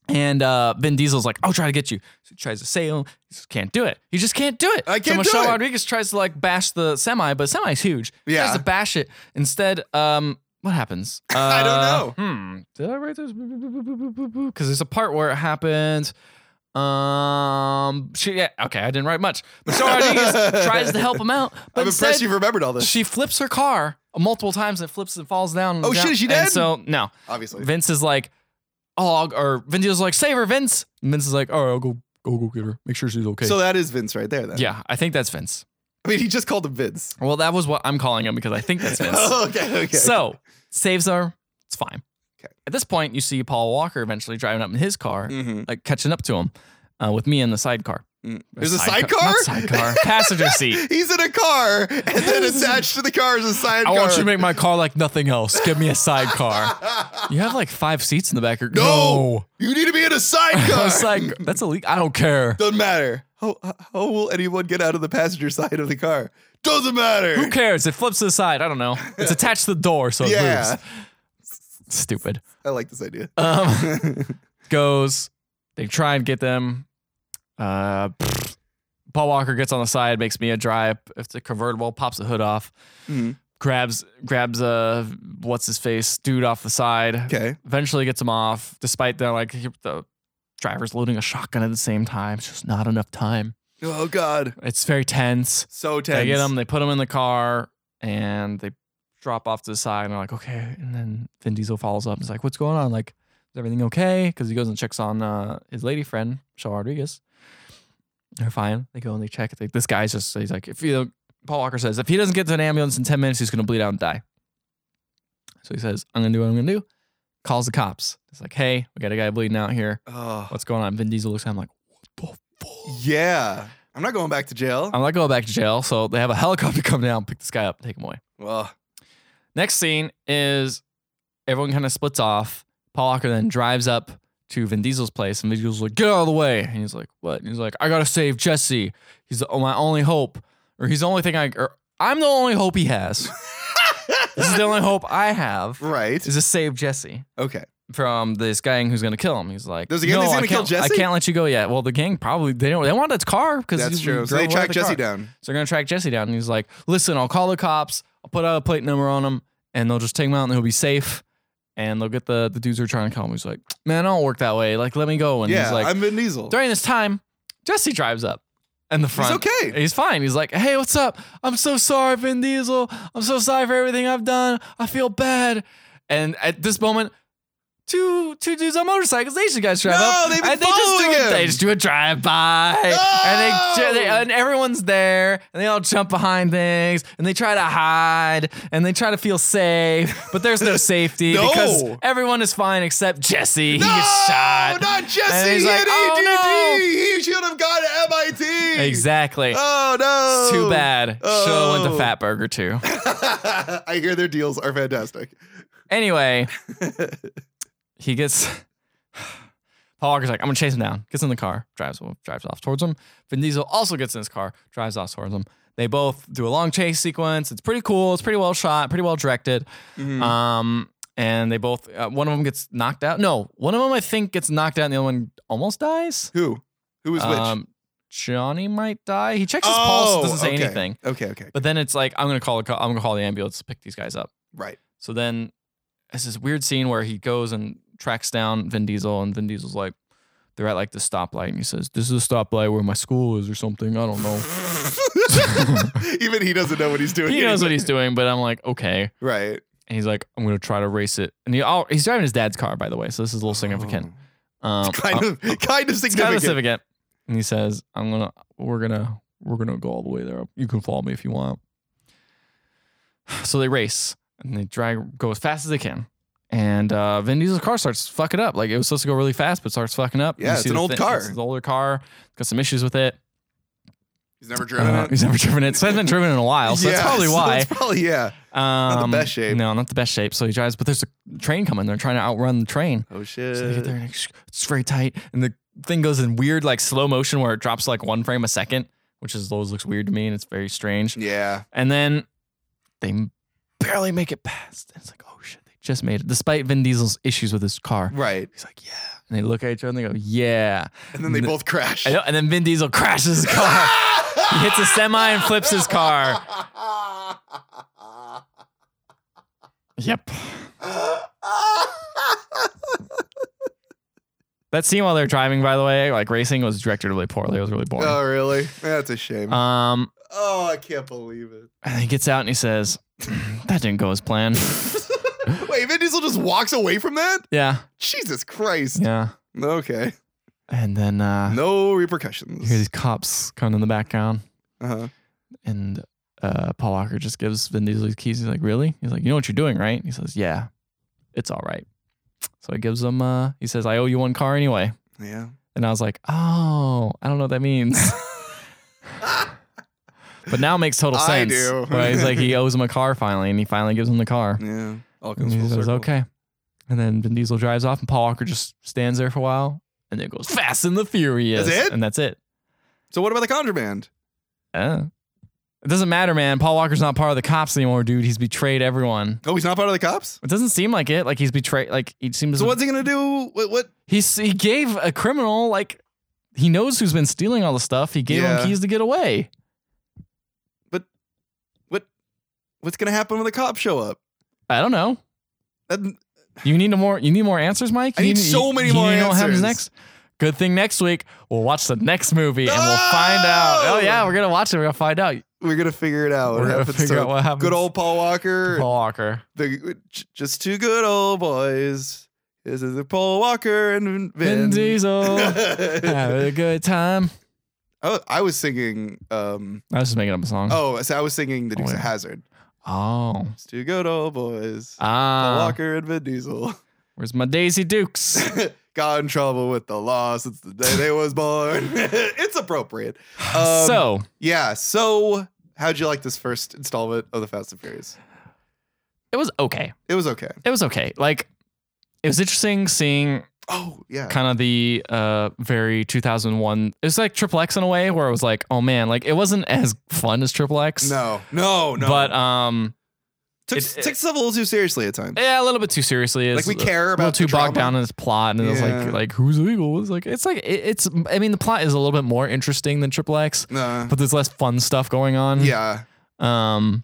Speaker 2: And uh, Vin Diesel's like, I'll try to get you. So he tries to say him. He just can't do it. He just can't do it.
Speaker 1: I can't
Speaker 2: so
Speaker 1: do
Speaker 2: Michelle
Speaker 1: it.
Speaker 2: Rodriguez tries to like bash the semi, but semi's huge. He
Speaker 1: Yeah.
Speaker 2: Tries to bash it. Instead, um, what happens? Uh,
Speaker 1: I don't
Speaker 2: Hmm. Did I write this? Because there's a part where it happens. Um. She, yeah. Okay. I didn't write much. Michelle Rodriguez tries to help him out, but
Speaker 1: I'm
Speaker 2: instead,
Speaker 1: impressed you've remembered all this.
Speaker 2: she flips her car multiple times and it flips and falls down.
Speaker 1: Oh, shit, is she dead?
Speaker 2: And so no.
Speaker 1: Obviously.
Speaker 2: Vince is like, oh, I'll- or Vin Diesel's like, save her, Vince. And Vince is like, all right, I'll go, go, go get her. Make sure she's okay.
Speaker 1: So that is Vince right there then.
Speaker 2: yeah, I think that's Vince.
Speaker 1: I mean, he just called him Vince.
Speaker 2: Well, that was what I'm calling him because I think that's Vince.
Speaker 1: Oh, okay, okay.
Speaker 2: So saves her. It's fine.
Speaker 1: Okay.
Speaker 2: At this point, you see Paul Walker eventually driving up in his car,
Speaker 1: Mhm.
Speaker 2: like catching up to him, uh, with me in the sidecar.
Speaker 1: there's a
Speaker 2: Side-
Speaker 1: sidecar?
Speaker 2: Not sidecar. Passenger seat.
Speaker 1: He's in a car, and then attached to the car is a sidecar.
Speaker 2: I want you to make my car like nothing else. Give me a sidecar. you have like five seats in the back. Or-
Speaker 1: No, you need to be in a sidecar.
Speaker 2: I was like, that's a leak. I don't care.
Speaker 1: Doesn't matter. How how will anyone get out of the passenger side of the car? Doesn't matter.
Speaker 2: Who cares? It flips to the side. I don't know. It's attached to the door, so it
Speaker 1: Yeah.
Speaker 2: moves. Stupid.
Speaker 1: I like this idea.
Speaker 2: Uh, Goes. They try and get them. Uh, pfft. Paul Walker gets on the side, makes me a drive. If it's a convertible, pops the hood off. Grabs grabs uh what's his face dude off the side.
Speaker 1: Okay.
Speaker 2: Eventually gets him off, despite the like he- the driver's loading a shotgun at the same time. It's just not enough time.
Speaker 1: Oh God,
Speaker 2: It's very tense.
Speaker 1: so tense.
Speaker 2: They get them, they put them in the car, and they drop off to the side. And they're like, okay. And then Vin Diesel follows up and is like, what's going on? Like, is everything okay? Because he goes and checks on uh, his lady friend, Michelle Rodriguez. They're fine. They go and they check. They, this guy's just, he's like, if you, Paul Walker says, if he doesn't get to an ambulance in 10 minutes, he's going to bleed out and die. So he says, I'm going to do what I'm going to do. Calls the cops. It's like, hey, we got a guy bleeding out here.
Speaker 1: Oh
Speaker 2: What's going on? Vin Diesel looks at him like,
Speaker 1: yeah. I'm not going back to jail.
Speaker 2: I'm not going back to jail. So they have a helicopter come down, pick this guy up, take him away.
Speaker 1: well,
Speaker 2: Next scene is everyone kind of splits off. Paul Walker then drives up to Vin Diesel's place, and Vin Diesel's like, "Get out of the way!" And he's like, "What?" And he's like, "I gotta save Jesse. He's the, my only hope, or he's the only thing I, or I'm the only hope he has. this is the only hope I have
Speaker 1: right.
Speaker 2: is to save Jesse."
Speaker 1: Okay.
Speaker 2: From this gang who's gonna kill him, he's like,
Speaker 1: There's a gang
Speaker 2: "No,
Speaker 1: that's
Speaker 2: I
Speaker 1: gonna kill
Speaker 2: can't-
Speaker 1: Jesse?"
Speaker 2: I can't let you go yet." Well, the gang probably they don't they want his car because
Speaker 1: That's true. So they track Jesse down.
Speaker 2: so they're gonna track Jesse down. And he's like, listen, I'll call the cops, I'll put out a plate number on him, and they'll just take him out and he'll be safe. And they'll get the the dudes who are trying to kill him. He's like, Man, I don't work that way. Like, let me go. And
Speaker 1: Yeah,
Speaker 2: he's like
Speaker 1: I'm Vin Diesel.
Speaker 2: during this time, Jesse drives up in the front.
Speaker 1: okay.
Speaker 2: He's fine. He's like, hey, what's up? I'm so sorry, Vin Diesel. I'm so sorry for everything I've done. I feel bad. And at this moment, two two dudes on motorcycles, they should guys drive
Speaker 1: No,
Speaker 2: up.
Speaker 1: they've been
Speaker 2: and they just do
Speaker 1: following
Speaker 2: a,
Speaker 1: him.
Speaker 2: They just do a drive by. And they,
Speaker 1: No!
Speaker 2: they and everyone's there, and they all jump behind things, and they try to hide, and they try to feel safe, but there's no safety
Speaker 1: No.
Speaker 2: because everyone is fine except Jesse.
Speaker 1: no,
Speaker 2: he gets shot.
Speaker 1: not
Speaker 2: And
Speaker 1: Jesse.
Speaker 2: he's
Speaker 1: He
Speaker 2: like,
Speaker 1: had
Speaker 2: oh,
Speaker 1: ADD. He should have gone to MIT.
Speaker 2: Exactly.
Speaker 1: Oh no.
Speaker 2: It's too bad. Should have went
Speaker 1: Oh.
Speaker 2: to Fat Burger too.
Speaker 1: I hear their deals are fantastic.
Speaker 2: Anyway, he gets Paul Walker's like, I'm gonna chase him down. Gets in the car, drives drives off towards him. Vin Diesel also gets in his car, drives off towards him. They both do a long chase sequence. It's pretty cool. It's pretty well shot, pretty well directed.
Speaker 1: Mm-hmm.
Speaker 2: Um, and they both, uh, one of them gets knocked out. No, one of them I think gets knocked out, and the other one almost dies.
Speaker 1: Who? Who was which?
Speaker 2: Um, Johnny might die. He checks his
Speaker 1: Oh,
Speaker 2: pulse, doesn't say
Speaker 1: okay.
Speaker 2: anything.
Speaker 1: Okay, okay.
Speaker 2: But then it's like, I'm gonna call. the co- I'm gonna call the ambulance to pick these guys up.
Speaker 1: Right.
Speaker 2: So then it's this weird scene where he goes and tracks down Vin Diesel, and Vin Diesel's like, they're at like the stoplight, and he says, This is a stoplight where my school is or something. I don't know.
Speaker 1: Even he doesn't know what he's doing.
Speaker 2: he knows what he's doing, but I'm like, okay.
Speaker 1: Right.
Speaker 2: and he's like, I'm gonna try to race it. And he oh, he's driving his dad's car, by the way, so this is a little significant.
Speaker 1: Oh.
Speaker 2: Um,
Speaker 1: Kind of, kind of
Speaker 2: it's kind
Speaker 1: significant.
Speaker 2: of significant. And he says, "I'm gonna, we're gonna, we're gonna go all the way there. You can follow me if you want." So they race and they drag, go as fast as they can. And uh, Vin Diesel's car starts fucking up. Like it was supposed to go really fast, but starts fucking up.
Speaker 1: Yeah,
Speaker 2: You
Speaker 1: it's
Speaker 2: see
Speaker 1: an
Speaker 2: the
Speaker 1: old
Speaker 2: thing-
Speaker 1: car.
Speaker 2: It's an older car. Got some issues with it.
Speaker 1: He's never
Speaker 2: Uh,
Speaker 1: driven it.
Speaker 2: He's never driven it. So he hasn't driven it in a while. So
Speaker 1: Yeah,
Speaker 2: that's probably
Speaker 1: so
Speaker 2: why.
Speaker 1: That's probably yeah.
Speaker 2: Um,
Speaker 1: the best shape.
Speaker 2: No, not the best shape. So he drives, but there's a train coming. They're trying to outrun the train.
Speaker 1: Oh shit.
Speaker 2: So they get there and it's- it's very tight, and the thing goes in weird like slow motion where it drops like one frame a second, which is always looks weird to me, and it's very strange.
Speaker 1: Yeah.
Speaker 2: And then they barely make it past. And it's like, oh shit, they just made it, despite Vin Diesel's issues with his car.
Speaker 1: Right.
Speaker 2: He's like, yeah, and they look at each other and they go, yeah,
Speaker 1: And then they both crash.
Speaker 2: I know- and then Vin Diesel crashes his car. he hits a semi and flips his car. Yep. That scene while they're driving, by the way, like racing, was directed really poorly. It was really boring.
Speaker 1: Oh really? That's a shame.
Speaker 2: Um,
Speaker 1: oh, I can't believe it.
Speaker 2: and he gets out and he says, "Hmm, "That didn't go as planned."
Speaker 1: Wait, Vin Diesel just walks away from that?
Speaker 2: yeah,
Speaker 1: Jesus Christ.
Speaker 2: yeah.
Speaker 1: Okay.
Speaker 2: And then uh,
Speaker 1: No
Speaker 2: you hear
Speaker 1: repercussions.
Speaker 2: these cops coming in the background,
Speaker 1: Uh-huh.
Speaker 2: and uh, Paul Walker just gives Vin Diesel his keys. He's like, "Really?" He's like, "You know what you're doing, right?" He says, "Yeah, it's all right." So he gives him. Uh, he says, "I owe you one car anyway."
Speaker 1: Yeah.
Speaker 2: And I was like, "Oh, I don't know what that means." But now it makes total
Speaker 1: I
Speaker 2: sense.
Speaker 1: do.
Speaker 2: Right? He's like, he owes him a car finally, and he finally gives him the car.
Speaker 1: Yeah. All
Speaker 2: And
Speaker 1: comes
Speaker 2: he
Speaker 1: full
Speaker 2: goes,
Speaker 1: circle.
Speaker 2: okay. And then Vin Diesel drives off, and Paul Walker just stands there for a while, and then it goes Fast and the Furious.
Speaker 1: That's it?
Speaker 2: And that's it.
Speaker 1: So what about the contraband?
Speaker 2: Uh, it doesn't matter, man. Paul Walker's not part of the cops anymore, dude. He's betrayed everyone.
Speaker 1: Oh, he's not part of the cops?
Speaker 2: It doesn't seem like it. Like he's betrayed. Like he seems.
Speaker 1: So what's he gonna do? What what
Speaker 2: he's he gave a criminal like he knows who's been stealing all the stuff. He gave
Speaker 1: Yeah.
Speaker 2: him keys to get away.
Speaker 1: what what's gonna happen when the cops show up?
Speaker 2: I don't know.
Speaker 1: That-
Speaker 2: You need a more. You need more answers, Mike.
Speaker 1: I
Speaker 2: You
Speaker 1: need so many
Speaker 2: you
Speaker 1: more
Speaker 2: need to know what happens
Speaker 1: answers.
Speaker 2: next. Good thing next week we'll watch the next movie and we'll find out. Oh
Speaker 1: No!
Speaker 2: yeah, we're gonna watch it. We're gonna find out.
Speaker 1: we're gonna figure Oh, it out.
Speaker 2: We're gonna
Speaker 1: happens
Speaker 2: figure
Speaker 1: to
Speaker 2: out what happens
Speaker 1: Good old Paul Walker.
Speaker 2: Paul Walker.
Speaker 1: The j- just two good old boys. This is the Paul Walker and
Speaker 2: Vin
Speaker 1: Vin.
Speaker 2: Diesel. Have
Speaker 1: I
Speaker 2: a good time.
Speaker 1: was- Oh, I was singing. Um,
Speaker 2: I was just making up a song.
Speaker 1: oh, so I was singing the Dukes
Speaker 2: yeah.
Speaker 1: of Hazard.
Speaker 2: Oh.
Speaker 1: It's two good old boys. Paul
Speaker 2: Ah.
Speaker 1: Walker and Vin Diesel.
Speaker 2: Where's my Daisy Dukes?
Speaker 1: Got in trouble with the law since the day they was born. it's appropriate. Um,
Speaker 2: so
Speaker 1: yeah. So how'd you like this first installment of the Fast and Furious?
Speaker 2: it was okay.
Speaker 1: It was okay.
Speaker 2: It was okay. Like it was interesting seeing
Speaker 1: Oh yeah.
Speaker 2: kind of the uh very 2001 it was like triple x in a way where it was like oh man like it wasn't as fun as triple x
Speaker 1: No, no, no.
Speaker 2: but um
Speaker 1: took,
Speaker 2: it- it-
Speaker 1: took stuff a little too seriously at times.
Speaker 2: yeah a little bit too seriously
Speaker 1: Like
Speaker 2: it's
Speaker 1: we care
Speaker 2: a little
Speaker 1: about
Speaker 2: too
Speaker 1: the
Speaker 2: bogged
Speaker 1: drama.
Speaker 2: down in its plot and it was
Speaker 1: Yeah.
Speaker 2: like like who's legal it's like it's like it, it's i mean the plot is a little bit more interesting than triple x
Speaker 1: Nah.
Speaker 2: but mm. there's less fun stuff going on
Speaker 1: yeah.
Speaker 2: um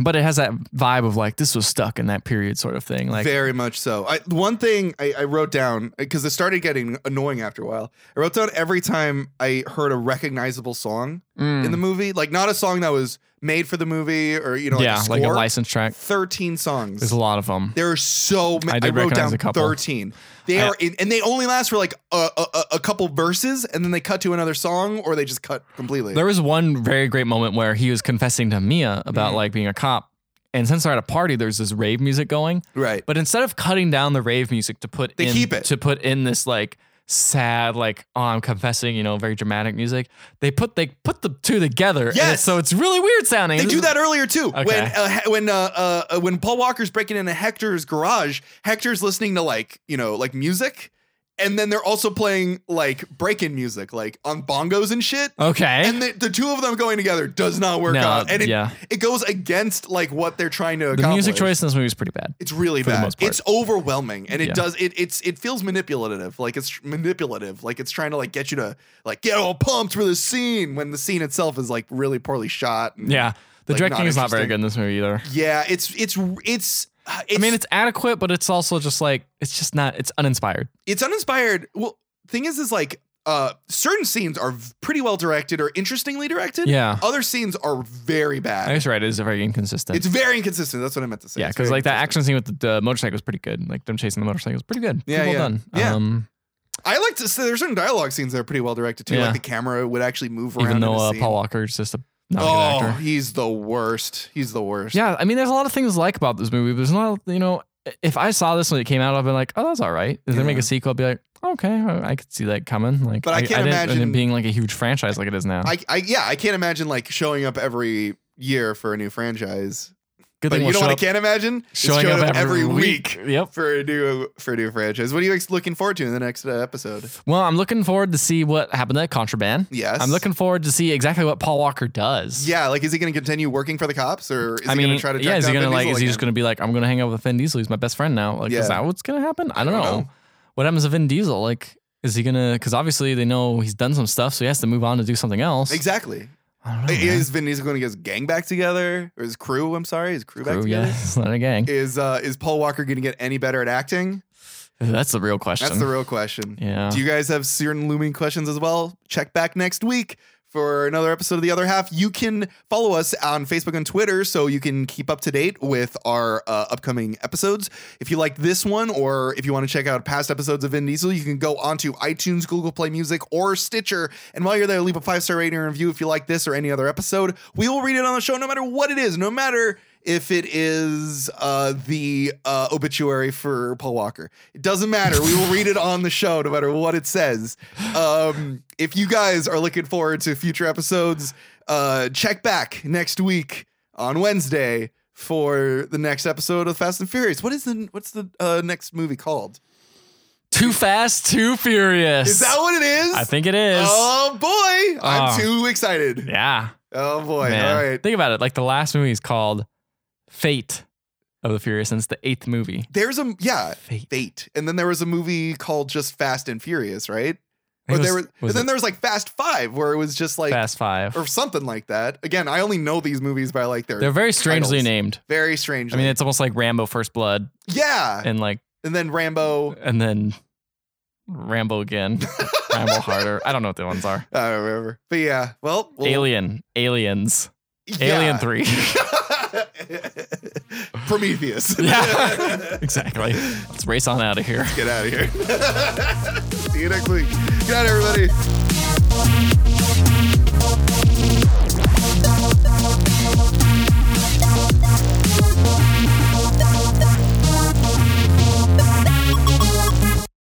Speaker 2: but it has that vibe of like this was stuck in that period sort of thing like
Speaker 1: Very much so. I, the one thing I, I wrote down because it started getting annoying after a while. I wrote down every time I heard a recognizable song
Speaker 2: mm,
Speaker 1: in the movie, like not a song that was made for the movie or you know,
Speaker 2: yeah
Speaker 1: like a,
Speaker 2: like a
Speaker 1: score.
Speaker 2: license track
Speaker 1: Thirteen songs.
Speaker 2: there's a lot of them
Speaker 1: there are so many.
Speaker 2: I
Speaker 1: I,
Speaker 2: did
Speaker 1: wrote
Speaker 2: recognize
Speaker 1: down
Speaker 2: a couple.
Speaker 1: thirteen. They
Speaker 2: I-
Speaker 1: are, in, and they only last for like a, a, a- a couple verses, and then they cut to another song, or they just cut completely.
Speaker 2: There was one very great moment where he was confessing to Mia about
Speaker 1: Mm.
Speaker 2: like being a cop. And since they're at a party, there's this rave music going.
Speaker 1: right.
Speaker 2: But instead of cutting down the rave music to put
Speaker 1: They
Speaker 2: in
Speaker 1: keep it.
Speaker 2: to put in this like sad, like, oh, I'm confessing, you know, very dramatic music, they put they put the two together. and
Speaker 1: Yes.
Speaker 2: so it's really weird sounding.
Speaker 1: They
Speaker 2: This
Speaker 1: do
Speaker 2: is-
Speaker 1: that earlier too. When
Speaker 2: Okay.
Speaker 1: uh, he- when uh, uh, uh, when Paul Walker's breaking into Hector's garage, Hector's listening to like you know like music, and then they're also playing like break-in music, like on bongos and shit.
Speaker 2: Okay.
Speaker 1: And the, the two of them going together does not work
Speaker 2: No,
Speaker 1: out, and it,
Speaker 2: yeah.
Speaker 1: it goes against like what they're trying to.
Speaker 2: the music
Speaker 1: accomplish.
Speaker 2: choice in this movie is pretty bad.
Speaker 1: It's really
Speaker 2: for the
Speaker 1: bad.
Speaker 2: most part.
Speaker 1: It's overwhelming, and it
Speaker 2: Yeah.
Speaker 1: does it. It's it feels manipulative. Like it's manipulative. Like it's trying to like get you to like get all pumped for the scene when the scene itself is like really poorly shot. and-
Speaker 2: Yeah. The
Speaker 1: Like,
Speaker 2: directing
Speaker 1: not
Speaker 2: is not very
Speaker 1: interesting.
Speaker 2: good in this movie either.
Speaker 1: Yeah, it's it's it's. uh, it's
Speaker 2: I mean, it's adequate, but it's also just like it's just not it's uninspired.
Speaker 1: it's uninspired. Well, thing is, is like uh, certain scenes are v- pretty well directed or interestingly directed.
Speaker 2: Yeah.
Speaker 1: Other scenes are very
Speaker 2: I
Speaker 1: bad.
Speaker 2: guess you're right. It is very inconsistent.
Speaker 1: It's very inconsistent. That's what I meant to say.
Speaker 2: yeah,
Speaker 1: It's
Speaker 2: because
Speaker 1: very
Speaker 2: like that
Speaker 1: inconsistent.
Speaker 2: action scene with the, the motorcycle was pretty good. Like them chasing the motorcycle was pretty good.
Speaker 1: Yeah,
Speaker 2: Pretty
Speaker 1: yeah.
Speaker 2: well done.
Speaker 1: Yeah.
Speaker 2: Um,
Speaker 1: I like to say there's certain dialogue scenes that are pretty well directed too.
Speaker 2: Yeah.
Speaker 1: Like the camera would actually move around.
Speaker 2: even
Speaker 1: in
Speaker 2: though
Speaker 1: a
Speaker 2: uh,
Speaker 1: scene.
Speaker 2: Paul Walker is just a not a good
Speaker 1: Oh,
Speaker 2: actor.
Speaker 1: he's the worst. He's the worst.
Speaker 2: Yeah, I mean, there's a lot of things like about this movie. But there's not, you know, if I saw this when it came out, I'd be like, oh, that's all right. If they make a sequel, I'd be like, okay, I could see that coming. Like,
Speaker 1: But I can't
Speaker 2: didn't-
Speaker 1: imagine-
Speaker 2: it being like a huge franchise like it is now.
Speaker 1: I, I yeah, I can't imagine like showing up every year for a new franchise.
Speaker 2: good
Speaker 1: But
Speaker 2: thing
Speaker 1: you
Speaker 2: we'll
Speaker 1: know
Speaker 2: show
Speaker 1: what I
Speaker 2: up-
Speaker 1: can't imagine? Is
Speaker 2: showing up every
Speaker 1: week.
Speaker 2: week. Yep.
Speaker 1: for a new for a new franchise. What are you ex- looking forward to in the next uh, episode?
Speaker 2: Well, I'm looking forward to see what happened to Contraband.
Speaker 1: Yes.
Speaker 2: I'm looking forward to see exactly what Paul Walker does.
Speaker 1: Yeah, like is he going to continue working for the cops, or is
Speaker 2: I
Speaker 1: he
Speaker 2: mean,
Speaker 1: going to try to?
Speaker 2: yeah,
Speaker 1: track
Speaker 2: is he
Speaker 1: down
Speaker 2: gonna
Speaker 1: Vin
Speaker 2: like?
Speaker 1: Diesel
Speaker 2: Is he
Speaker 1: again?
Speaker 2: just gonna be like, I'm gonna hang out with Vin Diesel. He's my best friend now. Like,
Speaker 1: Yeah.
Speaker 2: is that what's gonna happen? I don't,
Speaker 1: don't
Speaker 2: know.
Speaker 1: know.
Speaker 2: What happens to Vin Diesel? Like, is he gonna? Because obviously they know he's done some stuff, so he has to move on to do something else.
Speaker 1: exactly?
Speaker 2: I don't know, man.
Speaker 1: Is Vin Diesel going to get his gang back together, or his crew? I'm sorry, his crew, back
Speaker 2: Crew,
Speaker 1: together.
Speaker 2: yeah, it's not a gang.
Speaker 1: Is uh, is Paul Walker going to get any better at acting?
Speaker 2: That's the real question.
Speaker 1: That's the real question.
Speaker 2: Yeah.
Speaker 1: Do you guys have certain looming questions as well? Check back next week for another episode of The Other Half. You can follow us on Facebook and Twitter so you can keep up to date with our uh, upcoming episodes. If you like this one or if you want to check out past episodes of Vin Diesel, you can go onto iTunes, Google Play Music, or Stitcher. And while you're there, leave a five star rating and review if you like this or any other episode. We will read it on the show no matter what it is, no matter if it is uh, the uh, obituary for Paul Walker. It doesn't matter. We will read it on the show no matter what it says. Um, if you guys are looking forward to future episodes, uh, check back next week on Wednesday for the next episode of Fast and Furious. What is the what's the uh, next movie called?
Speaker 2: Too fast, too furious.
Speaker 1: Is that what it is?
Speaker 2: I think it is.
Speaker 1: Oh boy, I'm
Speaker 2: Oh.
Speaker 1: too excited.
Speaker 2: yeah,
Speaker 1: Oh boy.
Speaker 2: man.
Speaker 1: All right.
Speaker 2: Think about it. Like the last movie is called Fate of the Furious, and it's the eighth movie.
Speaker 1: There's a yeah.
Speaker 2: Fate.
Speaker 1: Fate. And then there was a movie called just Fast and Furious, right?
Speaker 2: I
Speaker 1: Or
Speaker 2: think it
Speaker 1: there was,
Speaker 2: was- was
Speaker 1: and then
Speaker 2: it
Speaker 1: there was like Fast Five, where it was just like
Speaker 2: Fast Five.
Speaker 1: or something like that. Again, I only know these movies by like their
Speaker 2: They're very strangely
Speaker 1: titles.
Speaker 2: named.
Speaker 1: very
Speaker 2: I
Speaker 1: strangely.
Speaker 2: mean, it's almost like Rambo First Blood
Speaker 1: yeah,
Speaker 2: and like
Speaker 1: and then Rambo. uh,
Speaker 2: and then Rambo again. Rambo harder. I don't know what the ones are.
Speaker 1: I don't remember, but yeah. Well, we'll-
Speaker 2: Alien. Aliens.
Speaker 1: yeah.
Speaker 2: Alien three.
Speaker 1: Prometheus.
Speaker 2: yeah. exactly. Let's race on out of here.
Speaker 1: Get out of here. See you next week. Good night, everybody.